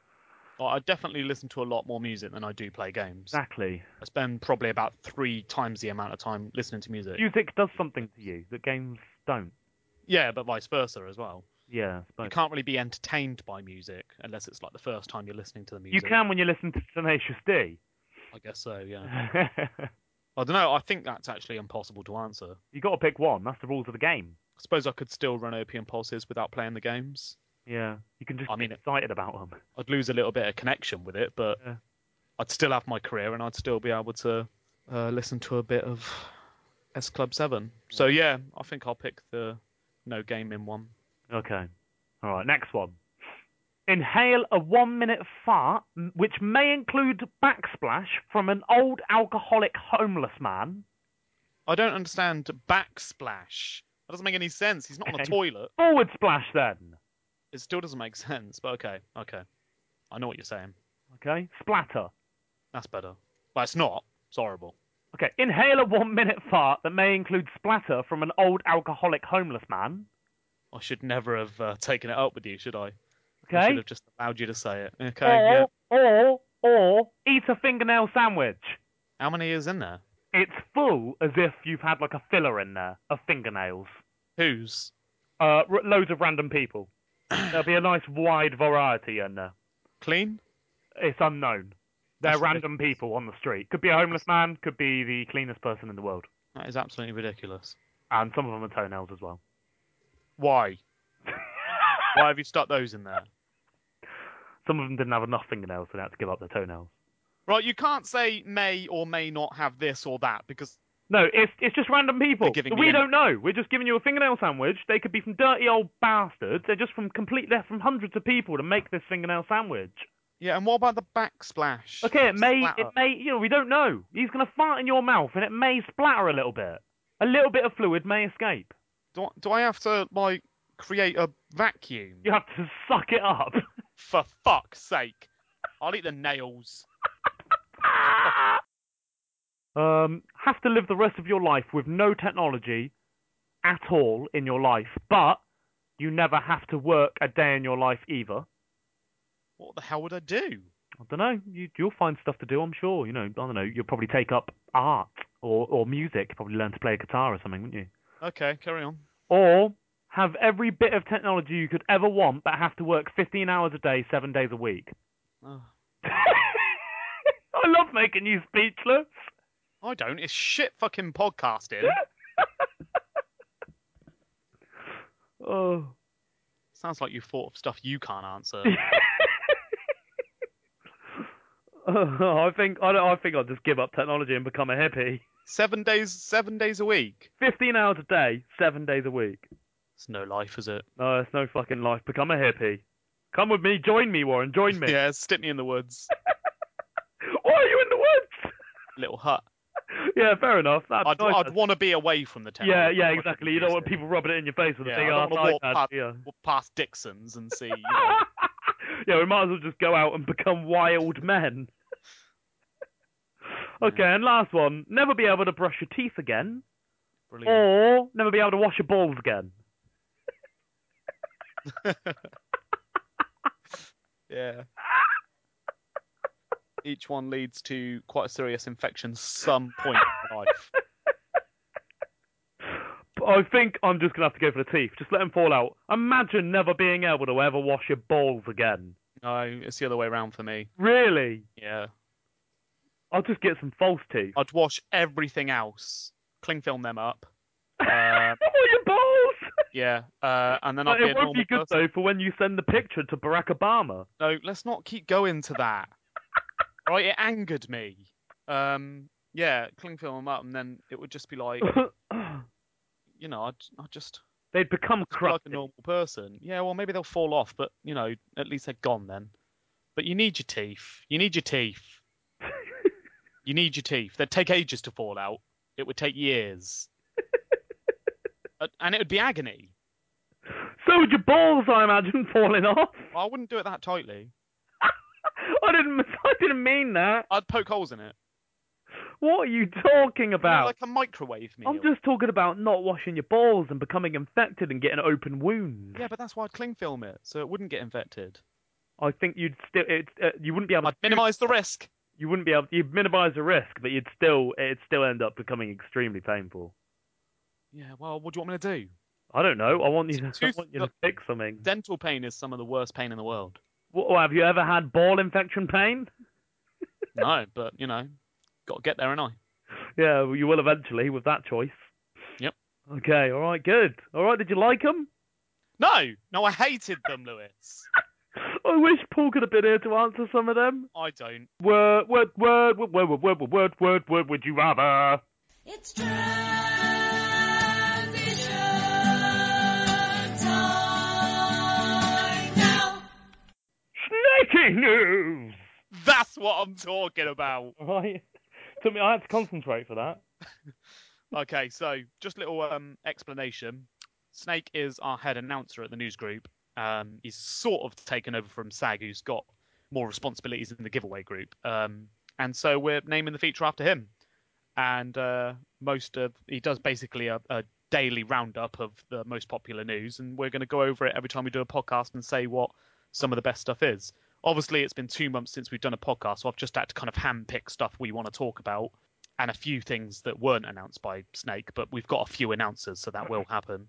S2: Well, I definitely listen to a lot more music than I do play games.
S3: exactly,
S2: I spend probably about three times the amount of time listening to music.
S3: music does something to you that games don't.
S2: Yeah, but vice versa as well.
S3: Yeah, I
S2: You
S3: suppose.
S2: can't really be entertained by music unless it's like the first time you're listening to the
S3: You
S2: music.
S3: can when you listen to Tenacious D.
S2: I guess so, yeah. I don't know. I think that's actually impossible to answer. I
S3: you got to pick one. That's the rules of the game.
S2: suppose I could still run opium pulses without playing the games.
S3: Yeah, you can just
S2: I
S3: get
S2: mean-
S3: excited about them.
S2: I'd lose a little bit of connection with it, but
S3: Yeah.
S2: I'd still have my career and I'd still be able to uh, listen to a bit of S Club 7. So, yeah, I think I'll pick the no gaming one.
S3: Okay. All right. Next one. Inhale a one-minute fart, m- which may include backsplash from an old alcoholic homeless man.
S2: I don't understand backsplash. That doesn't make any sense. He's not on a
S3: Okay.
S2: toilet.
S3: Forward splash, then.
S2: It still doesn't make sense, but okay, okay. I know what you're saying.
S3: Okay. Splatter.
S2: That's better. But it's not. It's horrible.
S3: Okay. Inhale a one-minute fart that may include splatter from an old alcoholic homeless man.
S2: I should never have uh, taken it up with you, should I? I should
S3: Okay.
S2: have just allowed you to say it. Okay, yeah.
S3: Or, or, or eat a fingernail sandwich.
S2: How many is in there?
S3: It's full as if you've had like a filler in there of fingernails.
S2: Whose?
S3: Uh, r- loads of random people. There'll be a nice wide variety in there.
S2: Clean?
S3: It's unknown. They're
S2: That's
S3: random people on the street. Could be a homeless man, could be the cleanest person in the world.
S2: That is absolutely ridiculous.
S3: And some of them are toenails as well.
S2: Why? Why have you stuck those in there?
S3: Some of them didn't have enough fingernails, so they had to give up their toenails.
S2: Right, you can't say may or may not have this or that because
S3: No, it's it's just random people.
S2: They're giving
S3: So
S2: me
S3: we
S2: an-
S3: don't know. We're just giving you a fingernail sandwich. They could be from dirty old bastards. They're just from complete. They're from hundreds of people to make this fingernail sandwich.
S2: yeah. And what about the backsplash?
S3: Okay, it may
S2: Splatter.
S3: it may you know we don't know. He's gonna fart in your mouth, and it may splatter a little bit. A little bit of fluid may escape.
S2: Do, do I have to like create a vacuum?
S3: You have to suck it up.
S2: For fuck's sake! I'll eat the nails.
S3: um, have to live the rest of your life with no technology at all in your life, but you never have to work a day in your life either.
S2: What the hell would I do?
S3: I don't know. You, you'll find stuff to do, I'm sure. You know, I don't know. You'll probably take up art or, or music. You'll probably learn to play a guitar or something, wouldn't you?
S2: Okay, carry on.
S3: Or have every bit of technology you could ever want, but have to work 15 hours a day, seven days a week.
S2: Ugh.
S3: I love making you speechless.
S2: I don't. It's shit fucking podcasting.
S3: Oh.
S2: Sounds like you thought of stuff you can't answer.
S3: I think I, don't, I think I'll just give up technology and become a hippie.
S2: seven days, seven days a week.
S3: 15 hours a day, seven days a week.
S2: It's no life, is it?
S3: No, it's no fucking life. Become a hippie. Come with me. Join me, Warren. Join me.
S2: Yeah, stick me in the woods,
S3: Why are you in the woods?
S2: little hut.
S3: yeah, fair enough. That's
S2: I'd,
S3: nice.
S2: I'd want to be away from the town.
S3: yeah, yeah, exactly. You don't want people rubbing it in your face with
S2: Yeah,
S3: a big
S2: I
S3: ass
S2: don't wanna walk
S3: iPad.
S2: past-
S3: yeah.
S2: past Dixon's and see. You know,
S3: yeah, we might as well just go out and become wild men. okay, and last one. Never be able to brush your teeth again, Oh,
S2: brilliant.
S3: or never be able to wash your balls again.
S2: Yeah. Each one leads to quite a serious infection some point in life.
S3: But I think I'm just gonna have to go for the teeth. Just let them fall out. Imagine never being able to ever wash your balls again.
S2: No, it's the other way around for me.
S3: Really?
S2: Yeah.
S3: I'll just get some false teeth.
S2: I'd wash everything else, cling film them up.
S3: I
S2: Uh,
S3: want your balls.
S2: yeah. Uh, and then I'd
S3: But
S2: be a
S3: it won't
S2: normal
S3: be good
S2: person.
S3: though for when you send the picture to Barack Obama.
S2: No, let's not keep going to that. right, it angered me. Um, yeah, cling film them up, and then it would just be like, you know, I'd, I'd just
S3: They'd become
S2: I'd be like a
S3: corrupted.
S2: normal person. Yeah, well, maybe they'll fall off, but you know, at least they're gone then. But you need your teeth. You need your teeth. You need your teeth. They'd take ages to fall out. It would take years. Uh, and it would be agony.
S3: So would your balls, I imagine, falling off.
S2: I wouldn't do it that tightly.
S3: I didn't. I didn't mean that.
S2: I'd poke holes in it.
S3: What are you talking
S2: You know,
S3: about?
S2: like a microwave meal.
S3: I'm just talking about not washing your balls and becoming infected and getting open wounds.
S2: Yeah, but that's why I'd cling film it, so it wouldn't get infected.
S3: I think you'd still. It, uh, you wouldn't be able.
S2: I'd
S3: To,
S2: minimise the risk.
S3: you wouldn't be able. You'd minimise the risk, but you'd still. It'd still end up becoming extremely painful.
S2: Yeah, well, what do you want me to do?
S3: I don't know. I want you.
S2: It's
S3: I
S2: tooth-
S3: want you to fix something.
S2: Dental pain is some of the worst pain in the world.
S3: What, have you ever had ball infection pain?
S2: no, but, you know, got to get there, and I.
S3: Yeah, well, you will eventually with that choice.
S2: Yep.
S3: Okay. All right. Good. All right. Did you like them?
S2: No! No, I hated them, Lewis.
S3: I wish Paul could have been here to answer some of them.
S2: I don't.
S3: Word, word, word, word, word, word, word, word, word, word, would you rather?
S1: It's transition time now.
S3: Snaky news!
S2: That's what I'm talking about.
S3: Right. Took me, I had to concentrate for that.
S2: Okay, so just a little um, explanation. Snake is our head announcer at the news group. Um, he's sort of taken over from Sag, who's got more responsibilities in the giveaway group. Um, and so we're naming the feature after him. And uh, most of he does basically a, a daily roundup of the most popular news, and we're going to go over it every time we do a podcast and say what some of the best stuff is. Obviously, it's been two months since we've done a podcast, so I've just had to kind of handpick stuff we want to talk about and a few things that weren't announced by Snake, but we've got a few announcers, so that will happen.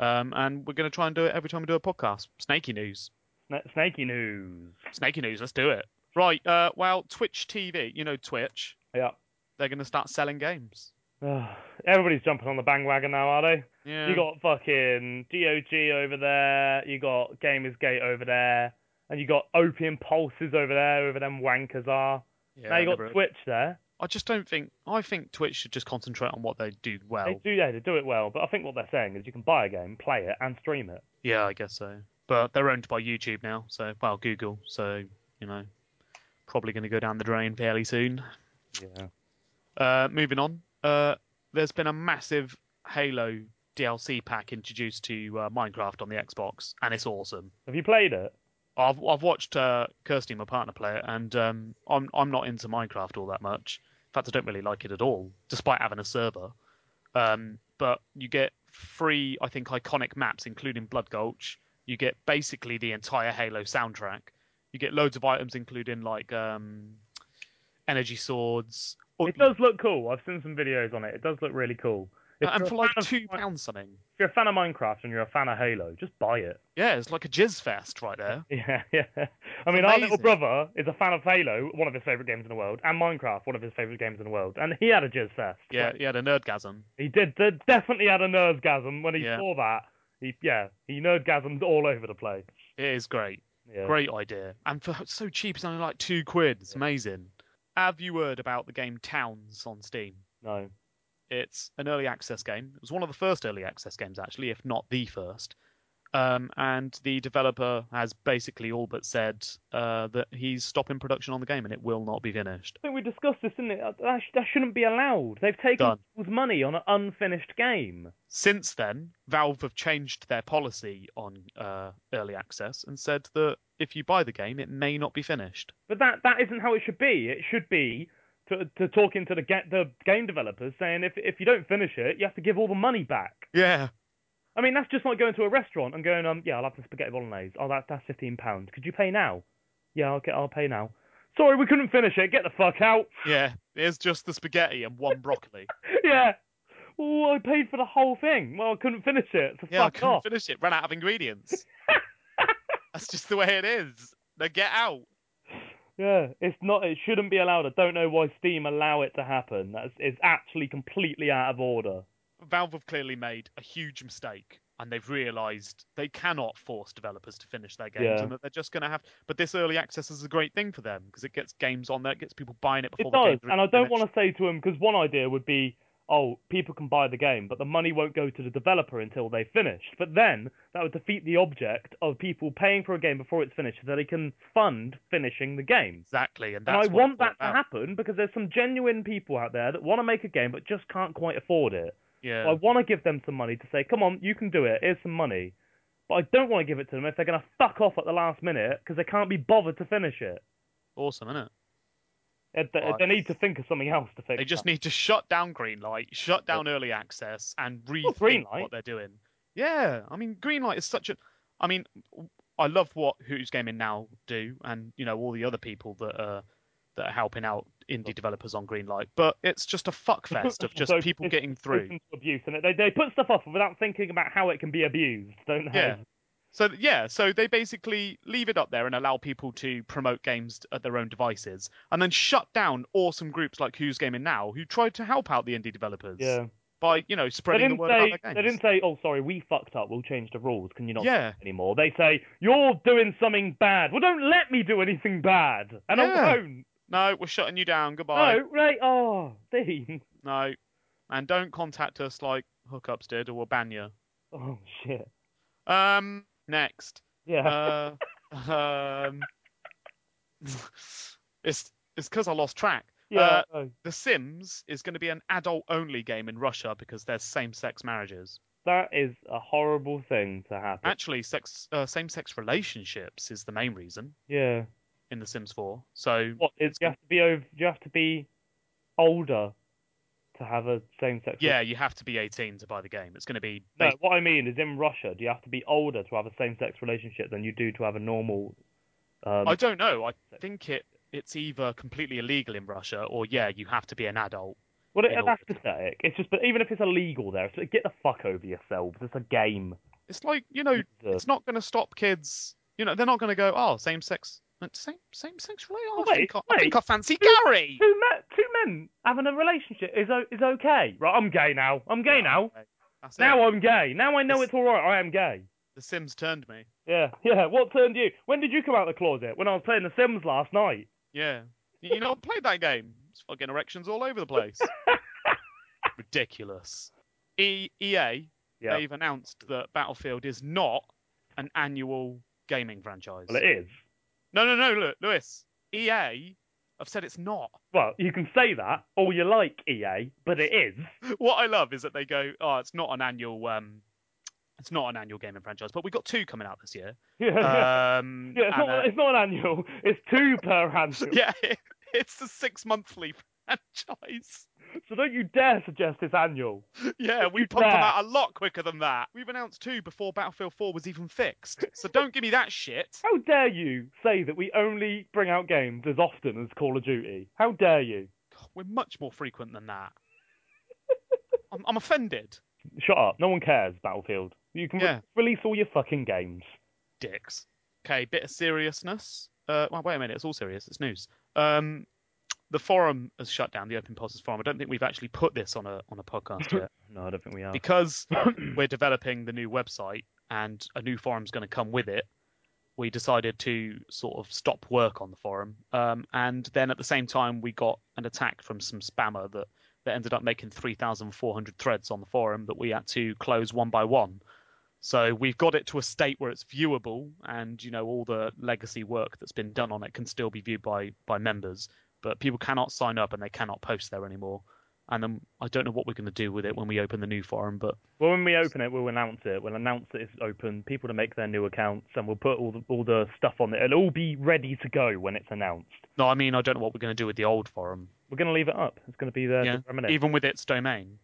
S2: Um, and we're going to try and do it every time we do a podcast. Snaky news,
S3: Sna- snaky news.
S2: snaky news. Let's do it. Right. Uh, well, Twitch TV, you know Twitch,
S3: Yeah.
S2: they're going to start selling games.
S3: Ugh, Everybody's jumping on the bandwagon now, are they?
S2: Yeah.
S3: You got fucking DOG over there, you got Gamers Gate over there, and you got Opium Pulses over there, over them wankers are.
S2: Yeah,
S3: now you got
S2: never-
S3: Twitch there.
S2: I just don't think. I think Twitch should just concentrate on what they do well.
S3: They do, yeah, they do it well, but I think what they're saying is you can buy a game, play it, and stream it.
S2: Yeah, I guess so. But they're owned by YouTube now, so well Google, so you know, probably going to go down the drain fairly soon.
S3: Yeah.
S2: Uh, moving on, uh, there's been a massive Halo DLC pack introduced to uh, Minecraft on the Xbox, and it's awesome.
S3: Have you played it?
S2: I've I've watched uh, Kirsty, my partner, play it, and um, I'm I'm not into Minecraft all that much. In fact, I don't really like it at all, despite having a server. Um, but you get three, I think, iconic maps, including Blood Gulch. You get basically the entire Halo soundtrack. You get loads of items, including like um, energy swords. Oh,
S3: It does look cool. I've seen some videos on it. It does look really cool. If
S2: and
S3: you're
S2: for
S3: a
S2: like
S3: fan of-
S2: two pounds something.
S3: if you're a fan of Minecraft and you're a fan of Halo, just buy it.
S2: Yeah, it's like a jizz fest right there.
S3: Yeah, yeah. I mean, our little
S2: amazing.
S3: brother is a fan of Halo, one of his favorite games in the world, and Minecraft, one of his favorite games in the world, and he had a jizz fest.
S2: Yeah, yeah, the nerdgasm.
S3: he did. did- Definitely had a nerdgasm when he
S2: Yeah.
S3: saw that. He, yeah, he nerdgasmed all over the place.
S2: It is great.
S3: Yeah.
S2: Great idea. And for so cheap, it's only like two quid. It's amazing. Have you heard about the game Towns on Steam?
S3: No.
S2: It's an early access game. It was one of the first early access games, actually, if not the first. Um, and the developer has basically all but said uh, that he's stopping production on the game and it will not be finished.
S3: I think we discussed this, didn't it? That, sh- that shouldn't be allowed. They've taken
S2: Done.
S3: people's money on an unfinished game.
S2: Since then, Valve have changed their policy on uh, early access and said that if you buy the game, it may not be finished.
S3: But that that isn't how it should be. It should be to to talking to the ga- the game developers saying if if you don't finish it, you have to give all the money back.
S2: Yeah.
S3: I mean, that's just like going to a restaurant and going, um, yeah, I'll have the spaghetti bolognese. Oh, that, that's fifteen pounds. Could you pay now? Yeah, okay, I'll pay now. Sorry, we couldn't finish it. Get the fuck out.
S2: Yeah. There's just the spaghetti and one broccoli.
S3: yeah. Oh, I paid for the whole thing. Well, I couldn't finish it. So
S2: Yeah, I
S3: fuck
S2: couldn't
S3: off.
S2: finish it. Ran out of ingredients. That's just the way it is. Now get out.
S3: Yeah, it's not. It shouldn't be allowed. I don't know why Steam allow it to happen. That's it's actually completely out of order.
S2: Valve have clearly made a huge mistake, and they've realised they cannot force developers to finish their games,
S3: Yeah.
S2: and that they're just going to have. But this early access is a great thing for them because it gets games on there, it gets people buying it before
S3: It
S2: the
S3: does,
S2: game.
S3: and I don't want to say to him because one idea would be, oh, people can buy the game, but the money won't go to the developer until they've finished. But then that would defeat the object of people paying for a game before it's finished so that they can fund finishing the game.
S2: Exactly, and
S3: And
S2: that's
S3: I
S2: what
S3: want
S2: it's all
S3: that to
S2: about.
S3: happen because there's some genuine people out there that want to make a game but just can't quite afford it.
S2: Yeah,
S3: I want to give them some money to say, come on, you can do it. Here's some money. But I don't want to give it to them if they're going to fuck off at the last minute because they can't be bothered to finish it.
S2: awesome, isn't it?
S3: They, they-
S2: Right.
S3: they need to think of something else to fix.
S2: They just
S3: that.
S2: need to shut down Greenlight, shut down early access, and rethink
S3: Greenlight.
S2: what they're doing. Yeah, I mean, Greenlight is such a. I mean, I love what Who's Gaming Now do, and you know all the other people that are that are helping out indie developers on Greenlight. But it's just a fuckfest of just
S3: So
S2: people
S3: it's-
S2: getting through.
S3: open to abuse, and they, they put stuff off without thinking about how it can be abused, don't they?
S2: Yeah. So th- yeah, so they basically leave it up there and allow people to promote games at their own devices, and then shut down awesome groups like Who's Gaming Now, who tried to help out the indie developers
S3: Yeah.
S2: by you know
S3: They
S2: spreading the
S3: didn't,
S2: word
S3: say,
S2: about their
S3: they
S2: games.
S3: didn't say, oh, sorry, we fucked up. We'll change the rules. Can you not do
S2: Yeah.
S3: it anymore? They say, you're doing something bad. Well, don't let me do anything bad. And
S2: Yeah.
S3: I won't.
S2: No, we're shutting you down. Goodbye.
S3: No, right. Oh, Dean.
S2: No. and don't contact us like hookups did, or we'll ban you.
S3: Oh, shit.
S2: Um, next.
S3: Yeah.
S2: Uh, um, it's it's because I lost track.
S3: yeah.
S2: Uh,
S3: oh,
S2: The Sims is going to be an adult-only game in Russia because there's same-sex marriages.
S3: that is a horrible thing to happen.
S2: Actually, sex uh, same-sex relationships is the main reason
S3: yeah.
S2: in The Sims 4. So
S3: What? It's, you have to be over. You have to be older to have a same-sex.
S2: yeah, you have to be 18 to buy the game. It's going to be
S3: No, what I mean is in Russia, do you have to be older to have a same-sex relationship than you do to have a normal? Um,
S2: I don't know. I think it it's either completely illegal in Russia or yeah, you have to be an adult.
S3: well,
S2: in
S3: that's
S2: order to-
S3: pathetic. It's just, but even if it's illegal there, it's like, get the fuck over yourselves. It's a game.
S2: It's like you know,
S3: Jesus.
S2: it's not going to stop kids. You know, they're not going to go. Oh, same sex, same same sex relate. Oh, I,
S3: Wait,
S2: think I, I think
S3: wait.
S2: I fancy Gary.
S3: Two men, two men having a relationship is o- is okay. Right, I'm gay now. I'm gay
S2: Yeah,
S3: now.
S2: okay. That's
S3: Now
S2: it.
S3: I'm gay. Now I know
S2: It's-
S3: it's all right. I am gay.
S2: The Sims turned me.
S3: Yeah, yeah. What turned you? When did you come out of the closet? When I was playing The Sims last night.
S2: Yeah, you know, I played that game. It's fucking erections all over the place. Ridiculous. E- EA
S3: Yeah.
S2: they've announced that Battlefield is not an annual gaming franchise.
S3: Well, it is.
S2: No, no, no, look, Lewis. EA have said it's not.
S3: Well, you can say that all you like, EA, but it is.
S2: What I love is that they go, oh, it's not an annual, um, it's not an annual gaming franchise, but we got two coming out this year. Um,
S3: yeah, it's
S2: and,
S3: not,
S2: uh,
S3: it's not an annual. It's two per annual.
S2: yeah, it's the six monthly franchise.
S3: So don't you dare suggest it's annual.
S2: Yeah, we pump them out a lot quicker than that. We've announced two before Battlefield 4 was even fixed, so don't give me that shit.
S3: How dare you say that we only bring out games as often as Call of Duty? How dare you?
S2: We're much more frequent than that. I'm, I'm offended,
S3: Shut up. No one cares, Battlefield. You can re-
S2: Yeah.
S3: release all your fucking games.
S2: dicks. Okay, bit of seriousness. Uh, well, wait a minute, it's all serious. It's news. Um, the forum has shut down the Open Pulses forum. I don't think we've actually put this on a on a podcast yet
S3: No, I don't think we are.
S2: because we're developing the new website and a new forum's going to come with it. We decided to sort of stop work on the forum, um, and then at the same time we got an attack from some spammer that that ended up making 3,400 threads on the forum that we had to close one by one. So we've got it to a state where it's viewable, and you know all the legacy work that's been done on it can still be viewed by by members, but people cannot sign up and they cannot post there anymore. And then I don't know what we're going to do with it when we open the new forum, but
S3: Well, when we open it, we'll announce it. We'll announce that it's open, people to make their new accounts, and we'll put all the, all the stuff on it. It'll all be ready to go when it's announced.
S2: no, I mean I don't know what we're going to do with the old forum.
S3: We're going to leave it up. It's going to be there
S2: Yeah,
S3: to reminisce.
S2: even with its domain.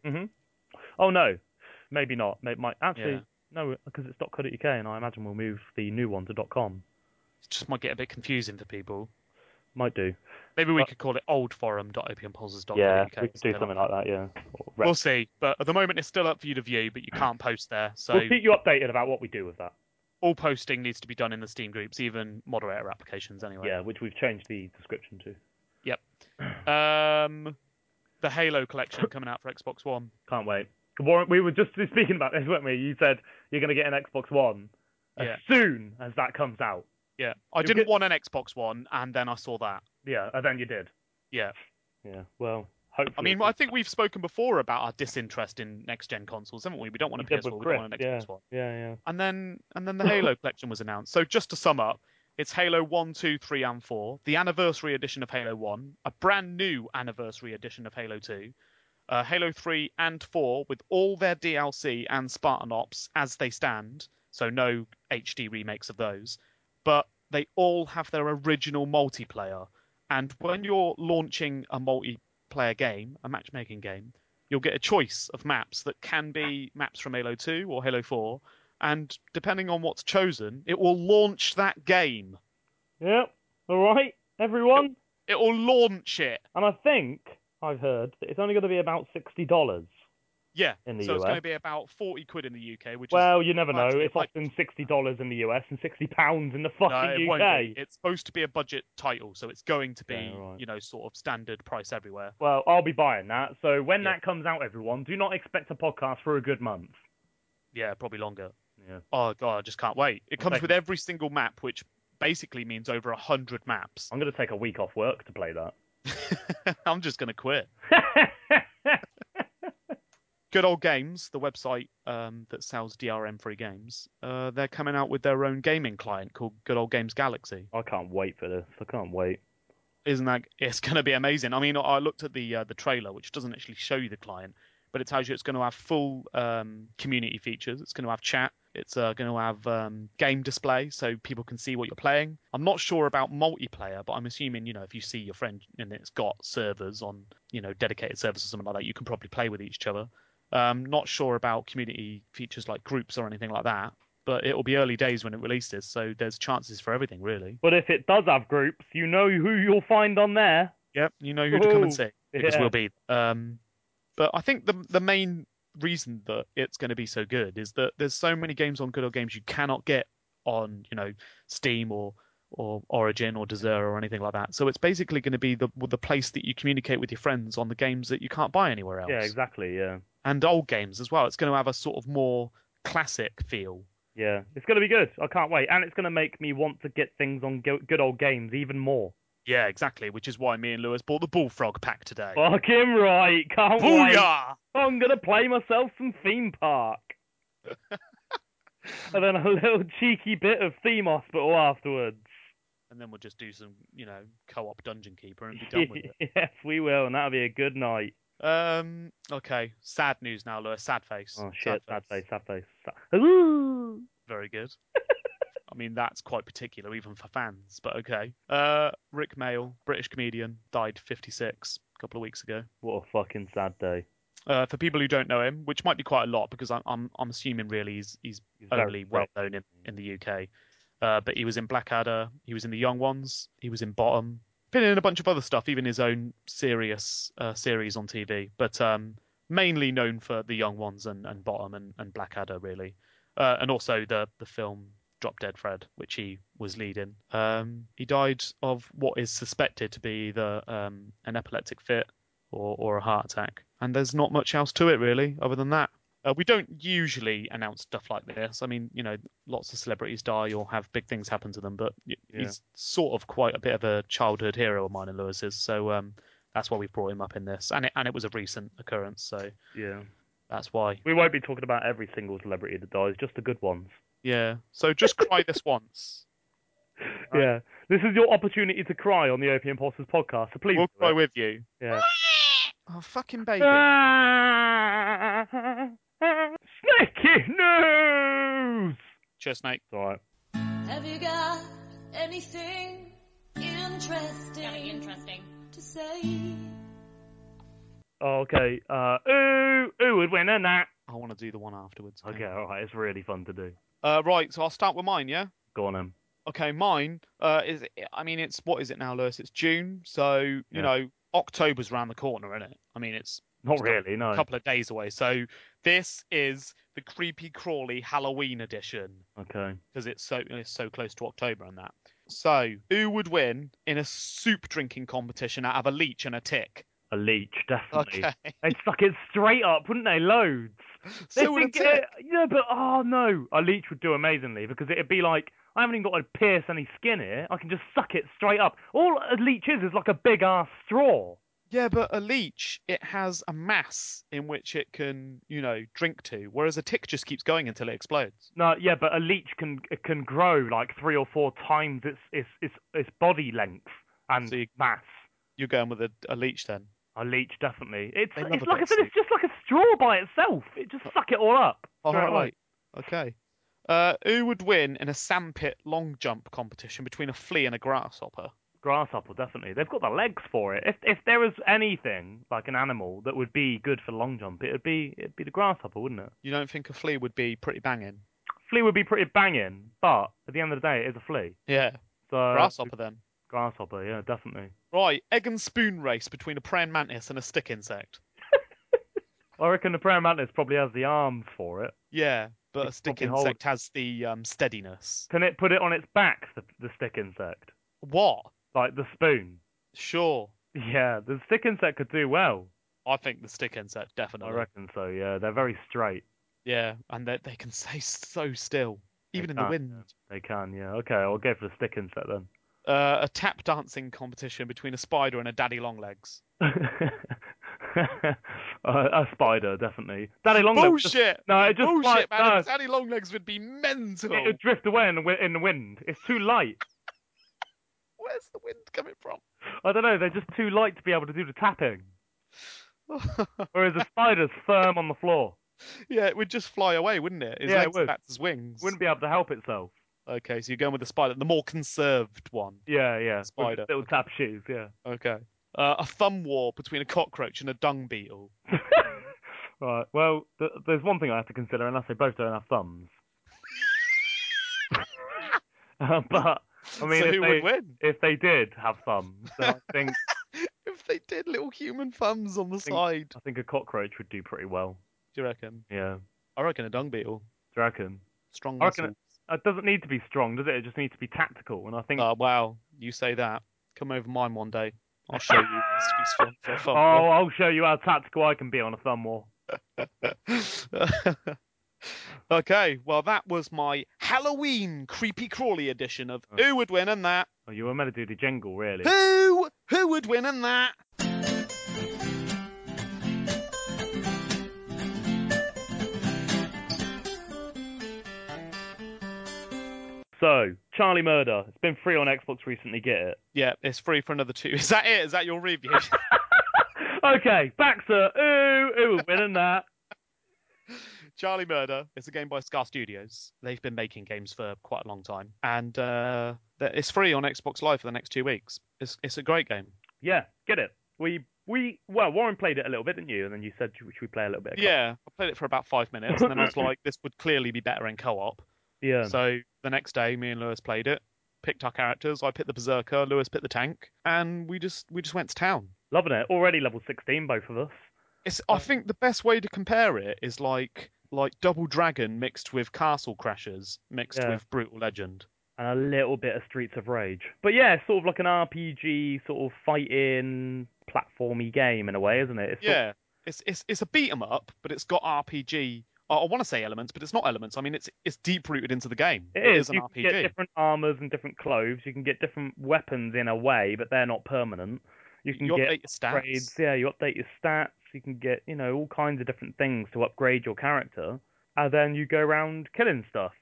S3: Oh, no. Maybe not. May might, actually,
S2: Yeah.
S3: no, because it's .co.uk, and I imagine we'll move the new one to .com.
S2: It just might get a bit confusing for people.
S3: Might do.
S2: Maybe we
S3: But-
S2: could call it oldforum.opiumpulses.co.uk.
S3: we could do something like that, yeah. Or rep-
S2: We'll see, but at the moment it's still up for you to view, but you can't post there. So
S3: we'll keep you updated about what we do with that.
S2: all posting needs to be done in the Steam groups, even moderator applications anyway.
S3: Yeah, which we've changed the description to.
S2: Um, the Halo collection coming out for Xbox One.
S3: Can't wait. Warren, we were just speaking about this, weren't we? You said you're going to get an Xbox One as
S2: Yeah.
S3: soon as that comes out.
S2: Yeah, I
S3: You'll
S2: didn't
S3: get-
S2: want an Xbox One, and then I saw that.
S3: Yeah, and then you did.
S2: Yeah,
S3: Yeah, well, Hopefully.
S2: I mean, I think we've spoken before about our disinterest in next gen consoles, haven't we? We don't want a
S3: did
S2: PS4,
S3: with
S2: we don't want an
S3: Griff, yeah.
S2: Xbox One.
S3: yeah, yeah.
S2: And then and then the Halo collection was announced. So just to sum up, it's Halo 1, 2, 3, and 4, the anniversary edition of Halo 1, a brand new anniversary edition of Halo 2, uh, Halo 3 and 4 with all their DLC and Spartan Ops as they stand, so no HD remakes of those, but they all have their original multiplayer. And when you're launching a multiplayer game, a matchmaking game, you'll get a choice of maps that can be maps from Halo 2 or Halo 4, and depending on what's chosen, it will launch that game.
S3: Yep. All right, everyone.
S2: It will launch it.
S3: And I think I've heard that it's only going to be about sixty dollars.
S2: Yeah.
S3: In the
S2: so it's
S3: US.
S2: going to be about 40 quid in the UK, which
S3: Well, you never know.
S2: like-
S3: It's
S2: like-
S3: often sixty dollars in the US and sixty pounds in the
S2: is
S3: fucking
S2: no, it
S3: UK.
S2: won't be. It's supposed to be a budget title, so it's going to be,
S3: Yeah, right.
S2: you know, sort of standard price everywhere.
S3: Well, I'll be buying that. So when
S2: Yeah.
S3: that comes out, everyone, do not expect a podcast for a good month.
S2: Yeah, probably longer.
S3: Yeah.
S2: Oh god, I just can't wait. It comes
S3: Thank
S2: with every single map, which basically means over a hundred maps.
S3: I'm going to take a week off work to play that.
S2: I'm just gonna quit. Good old games, the website um, that sells DRM-free games, uh, they're coming out with their own gaming client called Good Old Games Galaxy.
S3: I can't wait for this. I can't wait.
S2: Isn't that? It's going to be amazing. I mean, I looked at the uh, the trailer, which doesn't actually show you the client, but it tells you it's going to have full um, community features. It's going to have chat. It's uh, going to have um, game display, so people can see what you're playing. I'm not sure about multiplayer, but I'm assuming you know if you see your friend and it's got servers on you know dedicated servers or something like that, you can probably play with each other. Um, not sure about community features like groups or anything like that, but it will be early days when it releases, so there's chances for everything really.
S3: But if it does have groups, you know who you'll find on there.
S2: Yep, you know who to come and
S3: Ooh,
S2: see because
S3: yeah.
S2: we'll be. Um, but I think the the main reason that it's going to be so good is that there's so many games on Good Old Games you cannot get on you know Steam or or Origin or Desert or anything like that. So it's basically going to be the the place that you communicate with your friends on the games that you can't buy anywhere else.
S3: Yeah, exactly. Yeah.
S2: And old games as well. It's going to have a sort of more classic feel.
S3: Yeah. It's going to be good. I can't wait. And it's going to make me want to get things on go- good old games even more.
S2: Yeah, exactly. Which is why me and Lewis bought the Bullfrog pack today.
S3: Fucking right. Can't wait.
S2: Booyah!
S3: I'm going to play myself some theme park. and then a little cheeky bit of theme hospital afterwards.
S2: and then we'll just do some, you know, co-op dungeon keeper and be done with it.
S3: yes, we will. And that'll be a good night.
S2: Um, okay, sad news now, Lewis. Sad face.
S3: Oh, shit. Sad face. Sad face. Sad- Ooh.
S2: Very good. I mean, that's quite particular, even for fans. But okay. Uh, Rick Mail, British comedian, died 56 a couple of weeks ago.
S3: What a fucking sad day.
S2: Uh, for people who don't know him, which might be quite a lot, because I'm I'm, I'm assuming really he's he's
S3: He's very
S2: only well known in, in the UK. Uh, but he was in Blackadder, he was in The Young Ones, he was in Bottom, been in a bunch of other stuff, even his own serious uh, series on TV. But um, mainly known for The Young Ones and, and Bottom and, and Blackadder, really. Uh, and also the, the film Drop Dead Fred, which he was leading. Um, he died of what is suspected to be either um, an epileptic fit or, or a heart attack. And there's not much else to it, really, other than that. Uh, we don't usually announce stuff like this. I mean, you know, lots of celebrities die or have big things happen to them, but y
S3: Yeah.
S2: he's sort of quite a bit of a childhood hero of mine and Lewis's. So um, that's why we've brought him up in this. And it, and it was a recent occurrence, so
S3: Yeah.
S2: that's why.
S3: We won't be talking about every single celebrity that dies, just the good ones.
S2: Yeah. So just cry this once. Right.
S3: Yeah. This is your opportunity to cry on the Opium Impulses podcast, so please.
S2: We'll
S3: do
S2: cry
S3: it.
S2: with you.
S3: Yeah.
S2: Oh, fucking baby.
S3: Snakey news!
S2: Cheers, Snake.
S3: It's alright.
S1: Have you got anything interesting, to say?
S3: Oh, okay. Uh, ooh, ooh would win and that.
S2: I want to do the one afterwards.
S3: Okay, alright. It's really fun to do.
S2: Uh, right, so I'll start with mine, yeah?
S3: Go on, em.
S2: Okay, mine uh, is, I mean, it's, what is it now, Lewis? It's June, so, you
S3: Yeah.
S2: know, October's around the corner, isn't it? I mean, it's
S3: Not really, no.
S2: a couple of days away. So this is the Creepy Crawly Halloween edition.
S3: Okay.
S2: because it's so it's so close to October and that. So, who would win in a soup drinking competition out of a leech and a tick?
S3: A leech, definitely.
S2: Okay.
S3: They'd suck it straight up, wouldn't they? Loads. They
S2: So would a
S3: think,
S2: tick.
S3: uh, yeah, but oh no, a leech would do amazingly because it'd be like I haven't even got to pierce any skin here. I can just suck it straight up. All a leech is is like a big ass straw.
S2: Yeah, but a leech, it has a mass in which it can, you know, drink to, whereas a tick just keeps going until it explodes.
S3: No, yeah, but a leech can it can grow like three or four times its its its, its body length and
S2: So you-
S3: mass.
S2: You're going with a, a leech then.
S3: A leech, definitely. It's
S2: They love
S3: it's
S2: a
S3: like
S2: bit
S3: I
S2: of
S3: said, it's just like a straw by itself. It just suck it all up.
S2: All
S3: straight
S2: right,
S3: away.
S2: Okay. Uh, who would win in a sandpit long jump competition between a flea and a grasshopper?
S3: Grasshopper, definitely. They've got the legs for it. If if there was anything like an animal that would be good for long jump, it'd be it'd be the grasshopper, wouldn't it?
S2: You don't think a flea would be pretty banging?
S3: Flea would be pretty banging, but at the end of the day, it is a flea.
S2: Yeah.
S3: So
S2: Grasshopper then.
S3: grasshopper, yeah, definitely.
S2: Right, egg and spoon race between a praying mantis and a stick insect.
S3: I reckon the praying mantis probably has the arms for it.
S2: Yeah, but a
S3: It's
S2: stick
S3: probably hold-
S2: insect has the um, steadiness.
S3: Can it put it on its back, the, the stick insect,
S2: What?
S3: like the spoon?
S2: Sure.
S3: Yeah, the stick insect could do well.
S2: I think the stick insect
S3: I
S2: definitely.
S3: reckon so. Yeah, they're very straight.
S2: Yeah, and they they can stay so still,
S3: They
S2: even in the
S3: can,
S2: wind.
S3: yeah. They can. Yeah. Okay, I'll go for the stick insect then.
S2: Uh, a tap dancing competition between a spider and a daddy long legs.
S3: uh, a spider, definitely. Daddy
S2: Oh,
S3: Longlegs. just-
S2: Bullshit!
S3: No, it just
S2: Bullshit,
S3: flies-
S2: man!
S3: no,
S2: A daddy long legs would be mental.
S3: It'll drift away in the, wi- in the wind. It's too light.
S2: Where's the wind coming from?
S3: I don't know. They're just too light to be able to do the tapping. Whereas a spider's firm on the floor.
S2: yeah, it would just fly away, wouldn't it? His
S3: Yeah, it
S2: legs
S3: would.
S2: act as wings.
S3: Wouldn't be able to help itself.
S2: Okay, so you're going with the spider, the more conserved one.
S3: Yeah, yeah. with
S2: Spider.
S3: Little tap shoes. Yeah.
S2: Okay. Uh, a thumb war between a cockroach and a dung beetle.
S3: right. Well, th- there's one thing I have to consider, unless they both don't have thumbs. Uh, but I mean,
S2: so
S3: if
S2: who
S3: they
S2: would win?
S3: if they did have thumbs, then I think
S2: If they did little human thumbs on the
S3: think-
S2: side.
S3: I think a cockroach would do pretty well.
S2: Do you reckon?
S3: Yeah.
S2: I reckon a dung beetle.
S3: Do you reckon?
S2: Strong
S3: I reckon
S2: muscles.
S3: It doesn't need to be strong, does it? It just needs to be tactical. And I think.
S2: Oh, wow. You say that. Come over mine one day. I'll show you. It's to be strong for a
S3: oh,
S2: thumb war.
S3: I'll show you how tactical I can be on a thumb war.
S2: okay, well, that was my Halloween creepy crawly edition of
S3: Oh.
S2: Who Would Win and That.
S3: Oh, you were meant to do the jingle, really.
S2: Who? Who would win and that?
S3: So, Charlie Murder. It's been free on Xbox recently. Get it.
S2: Yeah, it's free for another two. Is that it? Is that your review?
S3: okay, back to ooh, ooh, winning that.
S2: Charlie Murder. It's a game by Scar Studios. They've been making games for quite a long time, and uh, that- it's free on Xbox Live for the next two weeks. It's it's a great game.
S3: Yeah, get it. We we well, Warren played it a little bit, didn't you? And then you said, should we play a little bit? Of co-op?"
S2: Yeah, I played it for about five minutes, and then I was like, this would clearly be better in co-op.
S3: yeah.
S2: So the next day, me and Lewis played it, picked our characters. I picked the berserker, Lewis picked the tank, and we just we just went to town.
S3: Loving it. Already level 16, both of us.
S2: It's I think the best way to compare it is like like Double Dragon mixed with Castle Crashers mixed
S3: Yeah.
S2: with Brutal Legend.
S3: and a little bit of Streets of Rage. But yeah, it's sort of like an RPG, sort of fighting, platformy game in a way, isn't it? It's sort of-
S2: Yeah, it's it's it's a beat 'em up, but it's got RPG. I, I want to say elements, but it's not elements. I mean, it's it's deep rooted into the game.
S3: it is.
S2: an
S3: you can get
S2: RPG.
S3: different armors and different clothes. You can get different weapons in a way, but they're not permanent. You can
S2: You
S3: get
S2: update your stats.
S3: upgrades. Yeah, you update your stats. You can get you know all kinds of different things to upgrade your character, and then you go around killing stuff.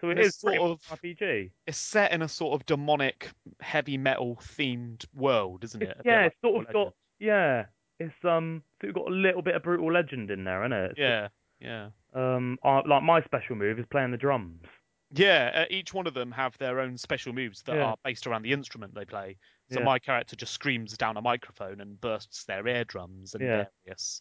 S3: So it
S2: And it's
S3: is pretty
S2: sort
S3: much
S2: of-
S3: an RPG.
S2: It's set in a sort of demonic heavy metal themed world, isn't it?
S3: It's-
S2: A bit
S3: yeah,
S2: like
S3: it's sort of
S2: Brutal
S3: got yeah. It's um, it's got a little bit of brutal legend in there, isn't it?
S2: Legend. Yeah, yeah.
S3: Um, I, like my special move is playing the drums.
S2: Yeah, uh, each one of them have their own special moves that
S3: Yeah.
S2: are based around the instrument they play. So
S3: Yeah.
S2: my character just screams down a microphone and bursts their eardrums and
S3: Yeah.
S2: various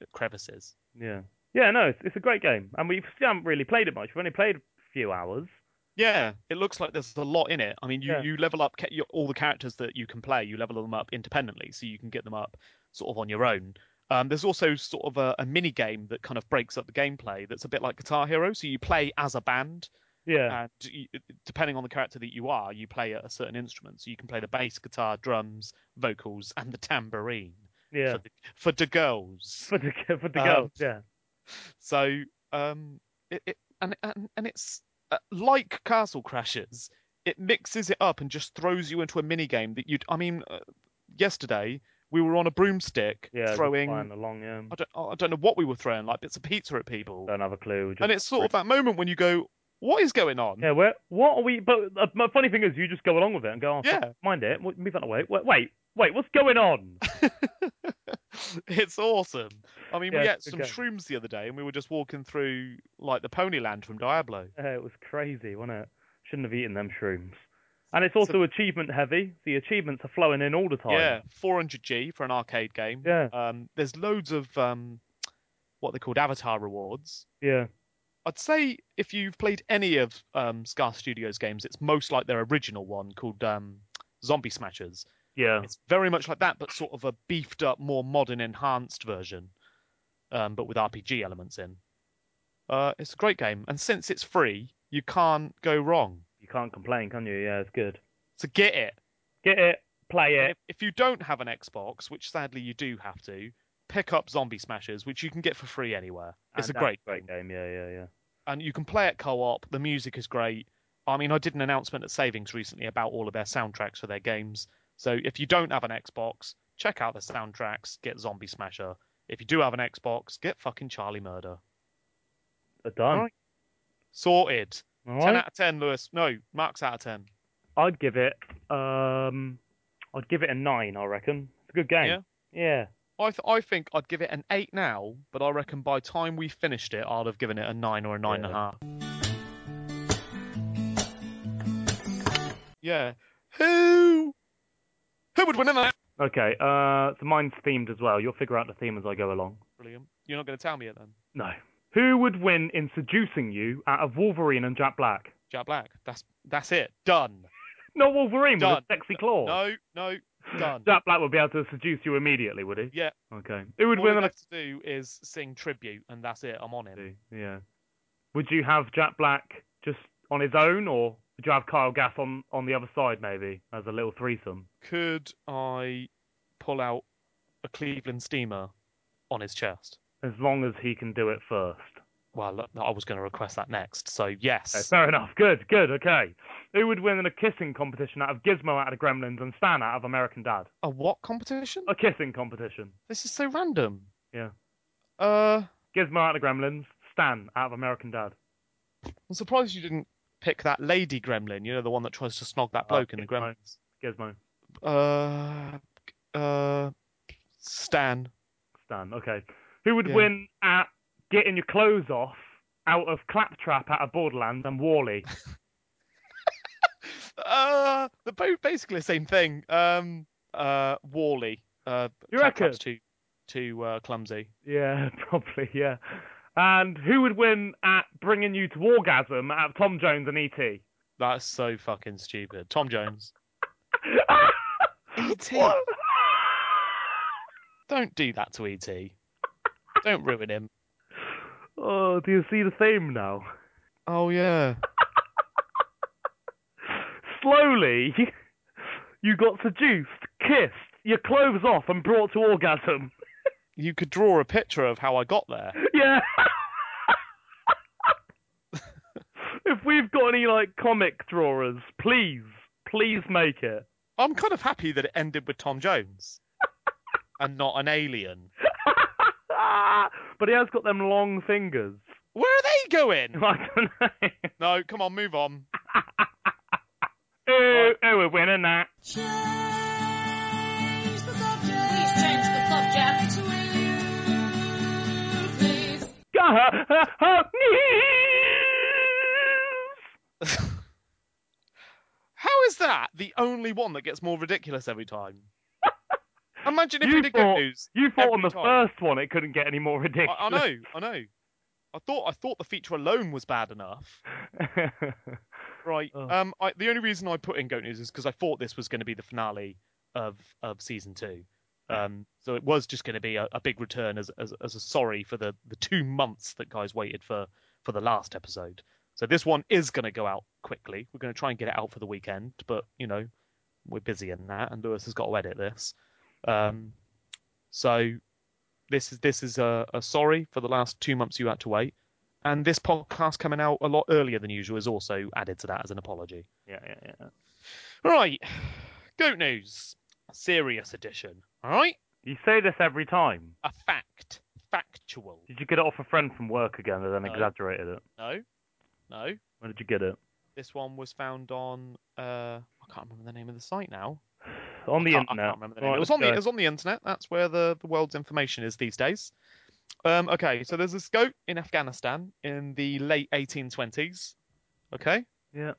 S2: uh, crevices.
S3: Yeah. Yeah, no, it's, it's a great game, and we still haven't really played it much. We've only played a few hours.
S2: Yeah, it looks like there's a lot in it. I mean, you,
S3: Yeah.
S2: you level up ca- your, all the characters that you can play. You level them up independently, so you can get them up sort of on your own. Um, there's also sort of a, a mini game that kind of breaks up the gameplay. That's a bit like Guitar Hero. So you play as a band,
S3: Yeah.
S2: and you, depending on the character that you are, you play a certain instrument. So you can play the bass, guitar, drums, vocals, and the tambourine
S3: yeah.
S2: for, the, for the girls.
S3: For the for the
S2: Um,
S3: girls, yeah.
S2: So um, it, it and and and it's uh, like Castle Crashers. It mixes it up and just throws you into a mini game that you'd. I mean, uh, yesterday we were on a broomstick
S3: Yeah, just
S2: throwing.
S3: flying
S2: I
S3: along. Yeah,
S2: don't, I don't know what we were throwing, like bits of pizza at people.
S3: don't have a clue. Uh, Just
S2: and it's sort of that moment when you go, "What is going on?"
S3: Yeah, where, what are we? But uh, my funny thing is, you just go along with it and go, oh,
S2: Yeah.
S3: fuck, mind it, w- move that away. Wait, wait, wait, what's going on?
S2: it's awesome. I mean,
S3: Yeah,
S2: we ate
S3: it's a
S2: some
S3: good
S2: shrooms the other day, and we were just walking through like the Ponyland from Diablo.
S3: Uh, it was crazy, wasn't it? Shouldn't have eaten them shrooms. And it's also achievement heavy. The achievements are flowing in all the time.
S2: Yeah, 400G for an arcade game.
S3: Yeah.
S2: Um, there's loads of um, what they called avatar rewards.
S3: yeah.
S2: I'd say if you've played any of um, Scar Studios games, it's most like their original one called um, Zombie Smashers.
S3: Yeah.
S2: It's very much like that, but sort of a beefed up, more modern, enhanced version, um, but with RPG elements in. Uh, it's a great game, and since it's free, you can't go wrong.
S3: You can't complain, can you? Yeah, it's good.
S2: So get it.
S3: Get it, play
S2: And
S3: it.
S2: If, if you don't have an Xbox, which sadly you do have to, pick up Zombie Smashers, which you can get for free anywhere. It's
S3: And
S2: a
S3: that's
S2: great,
S3: great
S2: game.
S3: game. Yeah, yeah, yeah.
S2: and you can play it co-op. The music is great. I mean, I did an announcement at Savings recently about all of their soundtracks for their games. So if you don't have an Xbox, check out the soundtracks. Get Zombie Smasher. If you do have an Xbox, get fucking Charlie Murder.
S3: Uh, Done.
S2: Alright. Sorted.
S3: All
S2: Ten
S3: right.
S2: out of ten, Lewis. No, Mark's out of ten.
S3: I'd give it, um, I'd give it a nine. I reckon it's a good game. Yeah. Yeah.
S2: I th- I think I'd give it an eight now, but I reckon by time we finished it, I'd have given it a nine or a nine and a
S3: Yeah.
S2: half. Yeah. Who? Who would win in that?
S3: Okay. Uh, so mine's themed as well. You'll figure out the theme as I go along.
S2: Brilliant. You're not going to tell me it then.
S3: No. Who would win in seducing you out of Wolverine and Jack Black?
S2: Jack Black. That's that's it. Done.
S3: Not Wolverine
S2: Done.
S3: with a sexy claw.
S2: No, no, done.
S3: Jack Black would be able to seduce you immediately, would he?
S2: Yeah.
S3: Okay. Who would
S2: All
S3: win?
S2: we
S3: in a-
S2: have to do is sing tribute, and that's it. I'm on it.
S3: Yeah. Would you have Jack Black just on his own, or would you have Kyle Gass on on the other side, maybe as a little threesome?
S2: Could I pull out a Cleveland steamer on his chest?
S3: As long as he can do it first.
S2: Well, I was going to request that next. So yes.
S3: Okay, fair enough. Good, good. Okay. Who would win in a kissing competition out of Gizmo out of Gremlins and Stan out of American Dad?
S2: A what competition?
S3: A kissing competition.
S2: This is so random.
S3: Yeah.
S2: Uh,
S3: Gizmo out of Gremlins, Stan out of American Dad.
S2: I'm surprised you didn't pick that lady gremlin. You know, the one that tries to snog that bloke in the
S3: Gizmo.
S2: gremlins.
S3: Gizmo,
S2: Uh, uh, Stan.
S3: Stan. Okay. Who would
S2: Yeah.
S3: win at getting your clothes off out of Claptrap out of Borderlands and Wally?
S2: Uh, they're both basically the same thing. Um, uh, Wally. Uh,
S3: You
S2: Claptrap's
S3: reckon?
S2: too too uh, clumsy.
S3: yeah, probably. Yeah. And who would win at bringing you to orgasm out of Tom Jones and E E.T.?
S2: That's so fucking stupid. Tom Jones. E.T.
S3: What?
S2: Don't do that to E.T. Don't ruin him.
S3: Oh, do you see the theme now?
S2: Oh yeah.
S3: Slowly, you got seduced, kissed, your clothes off, and brought to orgasm.
S2: You could draw a picture of how I got there.
S3: Yeah. if we've got any like comic drawers, please, please make it.
S2: I'm kind of happy that it ended with Tom Jones and not an alien.
S3: Ah, but he has got them long fingers.
S2: Where are they going?
S3: I don't know.
S2: No, come on, move on.
S3: Ooh, ooh, Oh, we're winning that.
S1: Change the subject. Please change the subject. Please.
S2: How is that the only one that gets more ridiculous every time? Imagine if
S3: You
S2: we did
S3: thought-
S2: get news.
S3: You thought on
S2: Every
S3: the
S2: time.
S3: first one it couldn't get any more
S2: I,
S3: ridiculous.
S2: I know, I know. I thought I thought the feature alone was bad enough. Right.
S3: Oh.
S2: Um. I, the only reason I put in Goat News is because I thought this was going to be the finale of of season two. Um. So it was just going to be a, a big return as, as as a sorry for the the two months that guys waited for for the last episode. So this one is going to go out quickly. We're going to try and get it out for the weekend, but you know we're busy in that, and Lewis has got to edit this. Um. So this is this is a, a sorry for the last two months you had to wait. And this podcast coming out a lot earlier than usual is also added to that as an apology.
S3: yeah, yeah, yeah.
S2: Right, goat news, serious edition. All right?
S3: You say this every time.
S2: A fact. Factual.
S3: Did you get it off a friend from work again and then
S2: No.
S3: exaggerated it?
S2: No? No?
S3: Where did you get it?
S2: This one was found on. Uh, I can't remember the name of the site now.
S3: On the
S2: I can't- I
S3: internet.
S2: can't remember the name.
S3: Right,
S2: it was
S3: let's
S2: on the
S3: go.
S2: it was on the internet. That's where the, the world's information is these days. Um, okay, so there's this goat in Afghanistan in the late 1820s. Okay,
S3: Yeah,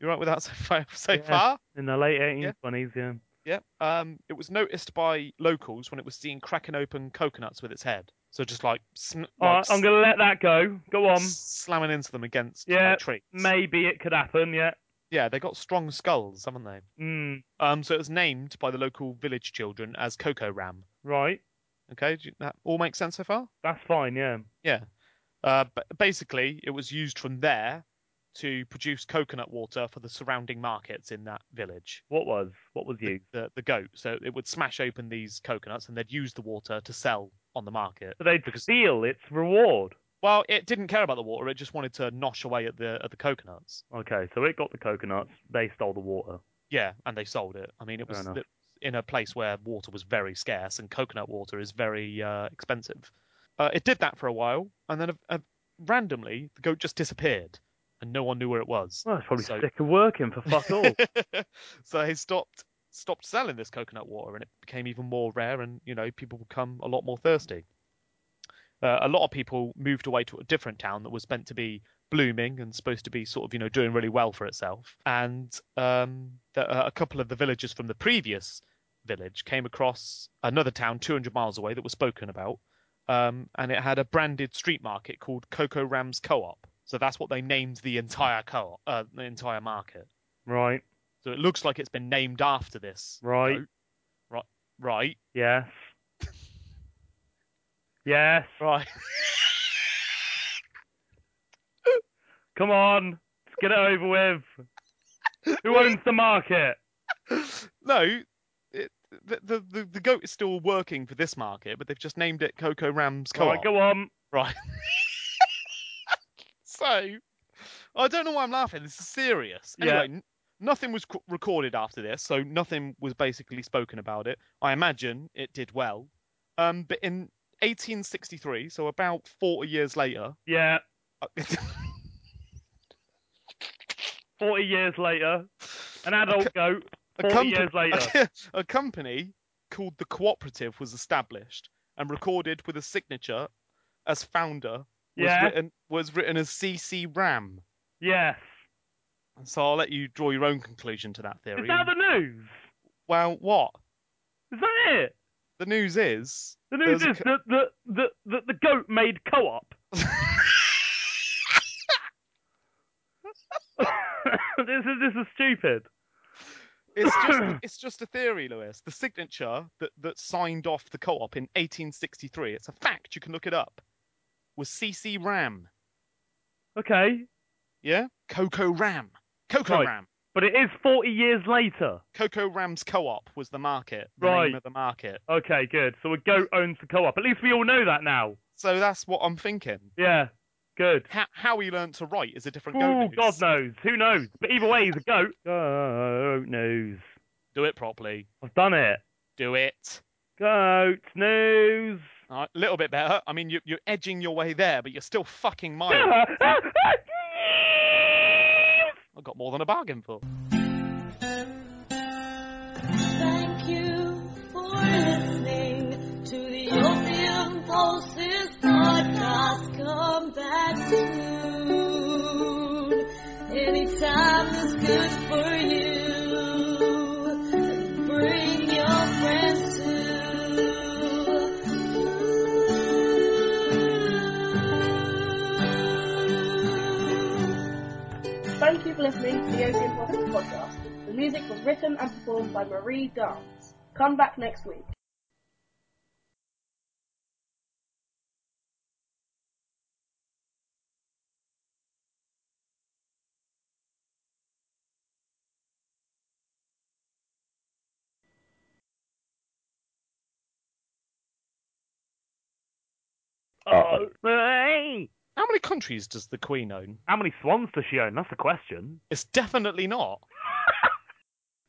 S2: you right with that so far? So
S3: Yeah.
S2: far?
S3: in the late 1820s, yeah.
S2: Yeah. Um, it was noticed by locals when it was seen cracking open coconuts with its head. So just like, sn-
S3: All
S2: like
S3: right, I'm going to let that go. Go on.
S2: s- slamming into them against
S3: Yeah,
S2: like, trees.
S3: Maybe it could happen, yeah.
S2: Yeah, they got strong skulls, haven't they?
S3: Mm,
S2: Um, so it was named by the local village children as Coco Ram.
S3: right.
S2: Okay, do you- that all makes sense so far.
S3: That's fine, yeah.
S2: Yeah. Uh, but basically, it was used from there to produce coconut water for the surrounding markets in that village.
S3: What was? What was
S2: The,
S3: you?
S2: the, the goat. So it would smash open these coconuts and they'd use the water to sell on the market.
S3: So they'd steal its reward.
S2: Well, it didn't care about the water. It just wanted to nosh away at the at the coconuts.
S3: Okay, so it got the coconuts. They stole the water.
S2: Yeah, and they sold it. I mean, it
S3: Fair
S2: was
S3: enough.
S2: th- in a place where water was very scarce and coconut water is very uh, expensive. Uh, it did that for a while, and then uh, randomly the goat just disappeared, and no one knew where it was.
S3: Well, it's probably
S2: So-
S3: sick of working for fuck all.
S2: so he stopped stopped selling this coconut water, and it became even more rare, and you know people become a lot more thirsty. Uh, a lot of people moved away to a different town that was meant to be blooming and supposed to be sort of you know doing really well for itself. And um, the, uh, a couple of the villagers from the previous village came across another town 200 miles away that was spoken about, um, and it had a branded street market called Coco Rams Co-op. So that's what they named the entire co-op, uh, the entire market.
S3: right,
S2: So it looks like it's been named after this.
S3: right,
S2: goat. Right. Right.
S3: yes. yes.
S2: Right.
S3: Come on. Let's get it over with. Who owns the market?
S2: no. It, the, the, the, the goat is still working for this market, but they've just named it Coco Rams Co-op.
S3: Right, go on.
S2: Right. so, I don't know why I'm laughing. This is serious.
S3: Yeah.
S2: Anyway, n- nothing was c- recorded after this, so nothing was basically spoken about it. I imagine it did well. Um, but in 1863, so about 40 years later, uh,
S3: Yeah. 40 years later, an adult goat,
S2: a
S3: 40
S2: company,
S3: years later.
S2: a company called the Cooperative was established and recorded with a signature as founder. Was
S3: Yeah.
S2: written was written as CC Ram.
S3: Yes.
S2: So I'll let you draw your own conclusion to that
S3: Is
S2: theory.
S3: that the news?
S2: Well, what
S3: Is that it?
S2: the news is?
S3: The news
S2: There's
S3: is
S2: a
S3: that the, the, the, the goat made co op. this, is, this is stupid.
S2: It's just it's just a theory, Lewis. The signature that that signed off the co-op in 1863. It's a fact. You can look it up. Was CC Ram?
S3: Okay.
S2: Yeah, Coco Ram. Coco
S3: Right.
S2: Ram.
S3: But it is 40 years later.
S2: Coco Rams Co-op was the market, the
S3: Right.
S2: name of the market.
S3: Okay, good. So a goat owns the co op. At least we all know that now.
S2: So that's what I'm thinking.
S3: Yeah. Good.
S2: How, how he learned to write is a different go.
S3: Oh,
S2: news.
S3: God knows. Who knows? But either way, he's a goat. Goat news.
S2: Do it properly.
S3: I've done it.
S2: Do it.
S3: Goat news.
S2: A little bit better. I mean, you, you're edging your way there, but you're still fucking miles.
S3: Thank
S2: I got more than a bargain for.
S1: Thank you for listening to the Opium Pulses podcast. Come back soon. Anytime is good for you. And Bring your friends too.
S4: Thank you for listening to the Opium Prophets podcast. The music was written and performed by Marie Dance. Come back next week.
S3: Hey.
S2: How many countries does the Queen own?
S3: How many swans does she own? That's the question.
S2: It's definitely not.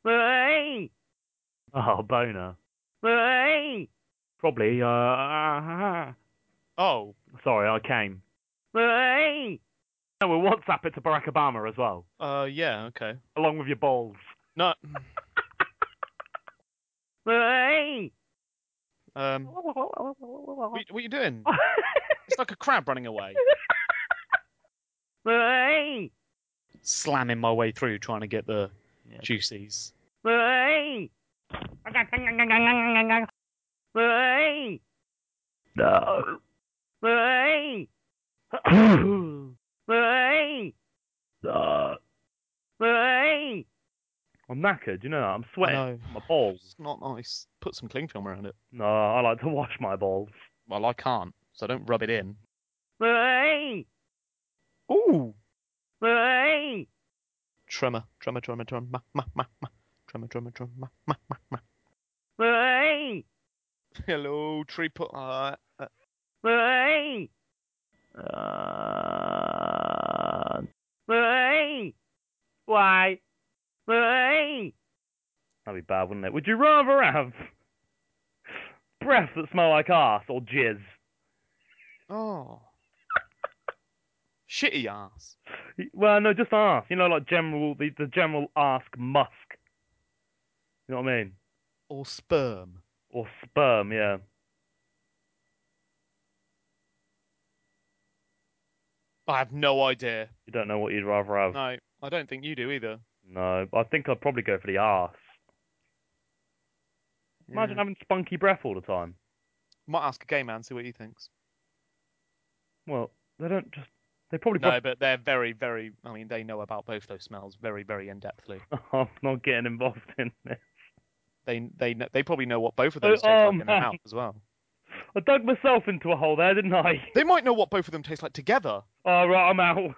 S3: Hey. Oh, boner. Hey! Probably. Uh,
S2: Oh,
S3: sorry, I came. Hey! No, we'll WhatsApp it to Barack Obama as well,
S2: uh, yeah, okay.
S3: along with your balls.
S2: No,
S3: Hey!
S2: um, what, what you doing? It's like a crab running away.
S3: Hey!
S2: Slamming my way through, trying to get the
S3: Yeah.
S2: juices.
S3: Hey! Hey! No. Hey! Hey! No. Hey!
S5: I'm knackered, you know that. I'm
S2: I
S5: sweating.
S2: know.
S5: My balls.
S2: It's not nice. Put some cling film around it.
S5: No, I like to wash my balls.
S2: Well, I can't, so don't rub it in.
S3: Hey!
S2: Ooh,
S3: Hey!
S2: tremor, tremor, tremor, tremor, ma, ma, ma, ma. tremor, tremor, tremor, ma, ma, ma, ma.
S3: Hey!
S2: Hello, tree put. Uh, uh,
S3: Hey!
S5: Uh,
S3: Hey! Why? Hey!
S5: that'd be bad, wouldn't it? Would you rather have breath that smell like ass or jizz?
S2: oh, shitty ass.
S5: Well, no, just ass. You know, like general, the, the general ask musk. You know what I mean?
S2: Or sperm.
S5: Or sperm, yeah.
S2: I have no idea.
S5: You don't know what you'd rather have.
S2: No, I don't think you do either.
S5: No, I think I'd probably go for the arse. Imagine having spunky breath all the time.
S2: Mm. Might ask a gay man, see what he thinks.
S5: Well, they don't just. They probably.
S2: No, but they're very, very. I mean, they know about both those smells very, very in depthly.
S5: I'm not getting involved in this.
S2: They, they, kn- they probably know what both of
S5: Oh,
S2: those taste like
S5: oh,
S2: in their
S5: man.
S2: mouth as well.
S5: I dug myself into a hole there, didn't I?
S2: They might know what both of them taste like together.
S5: All right, I'm out.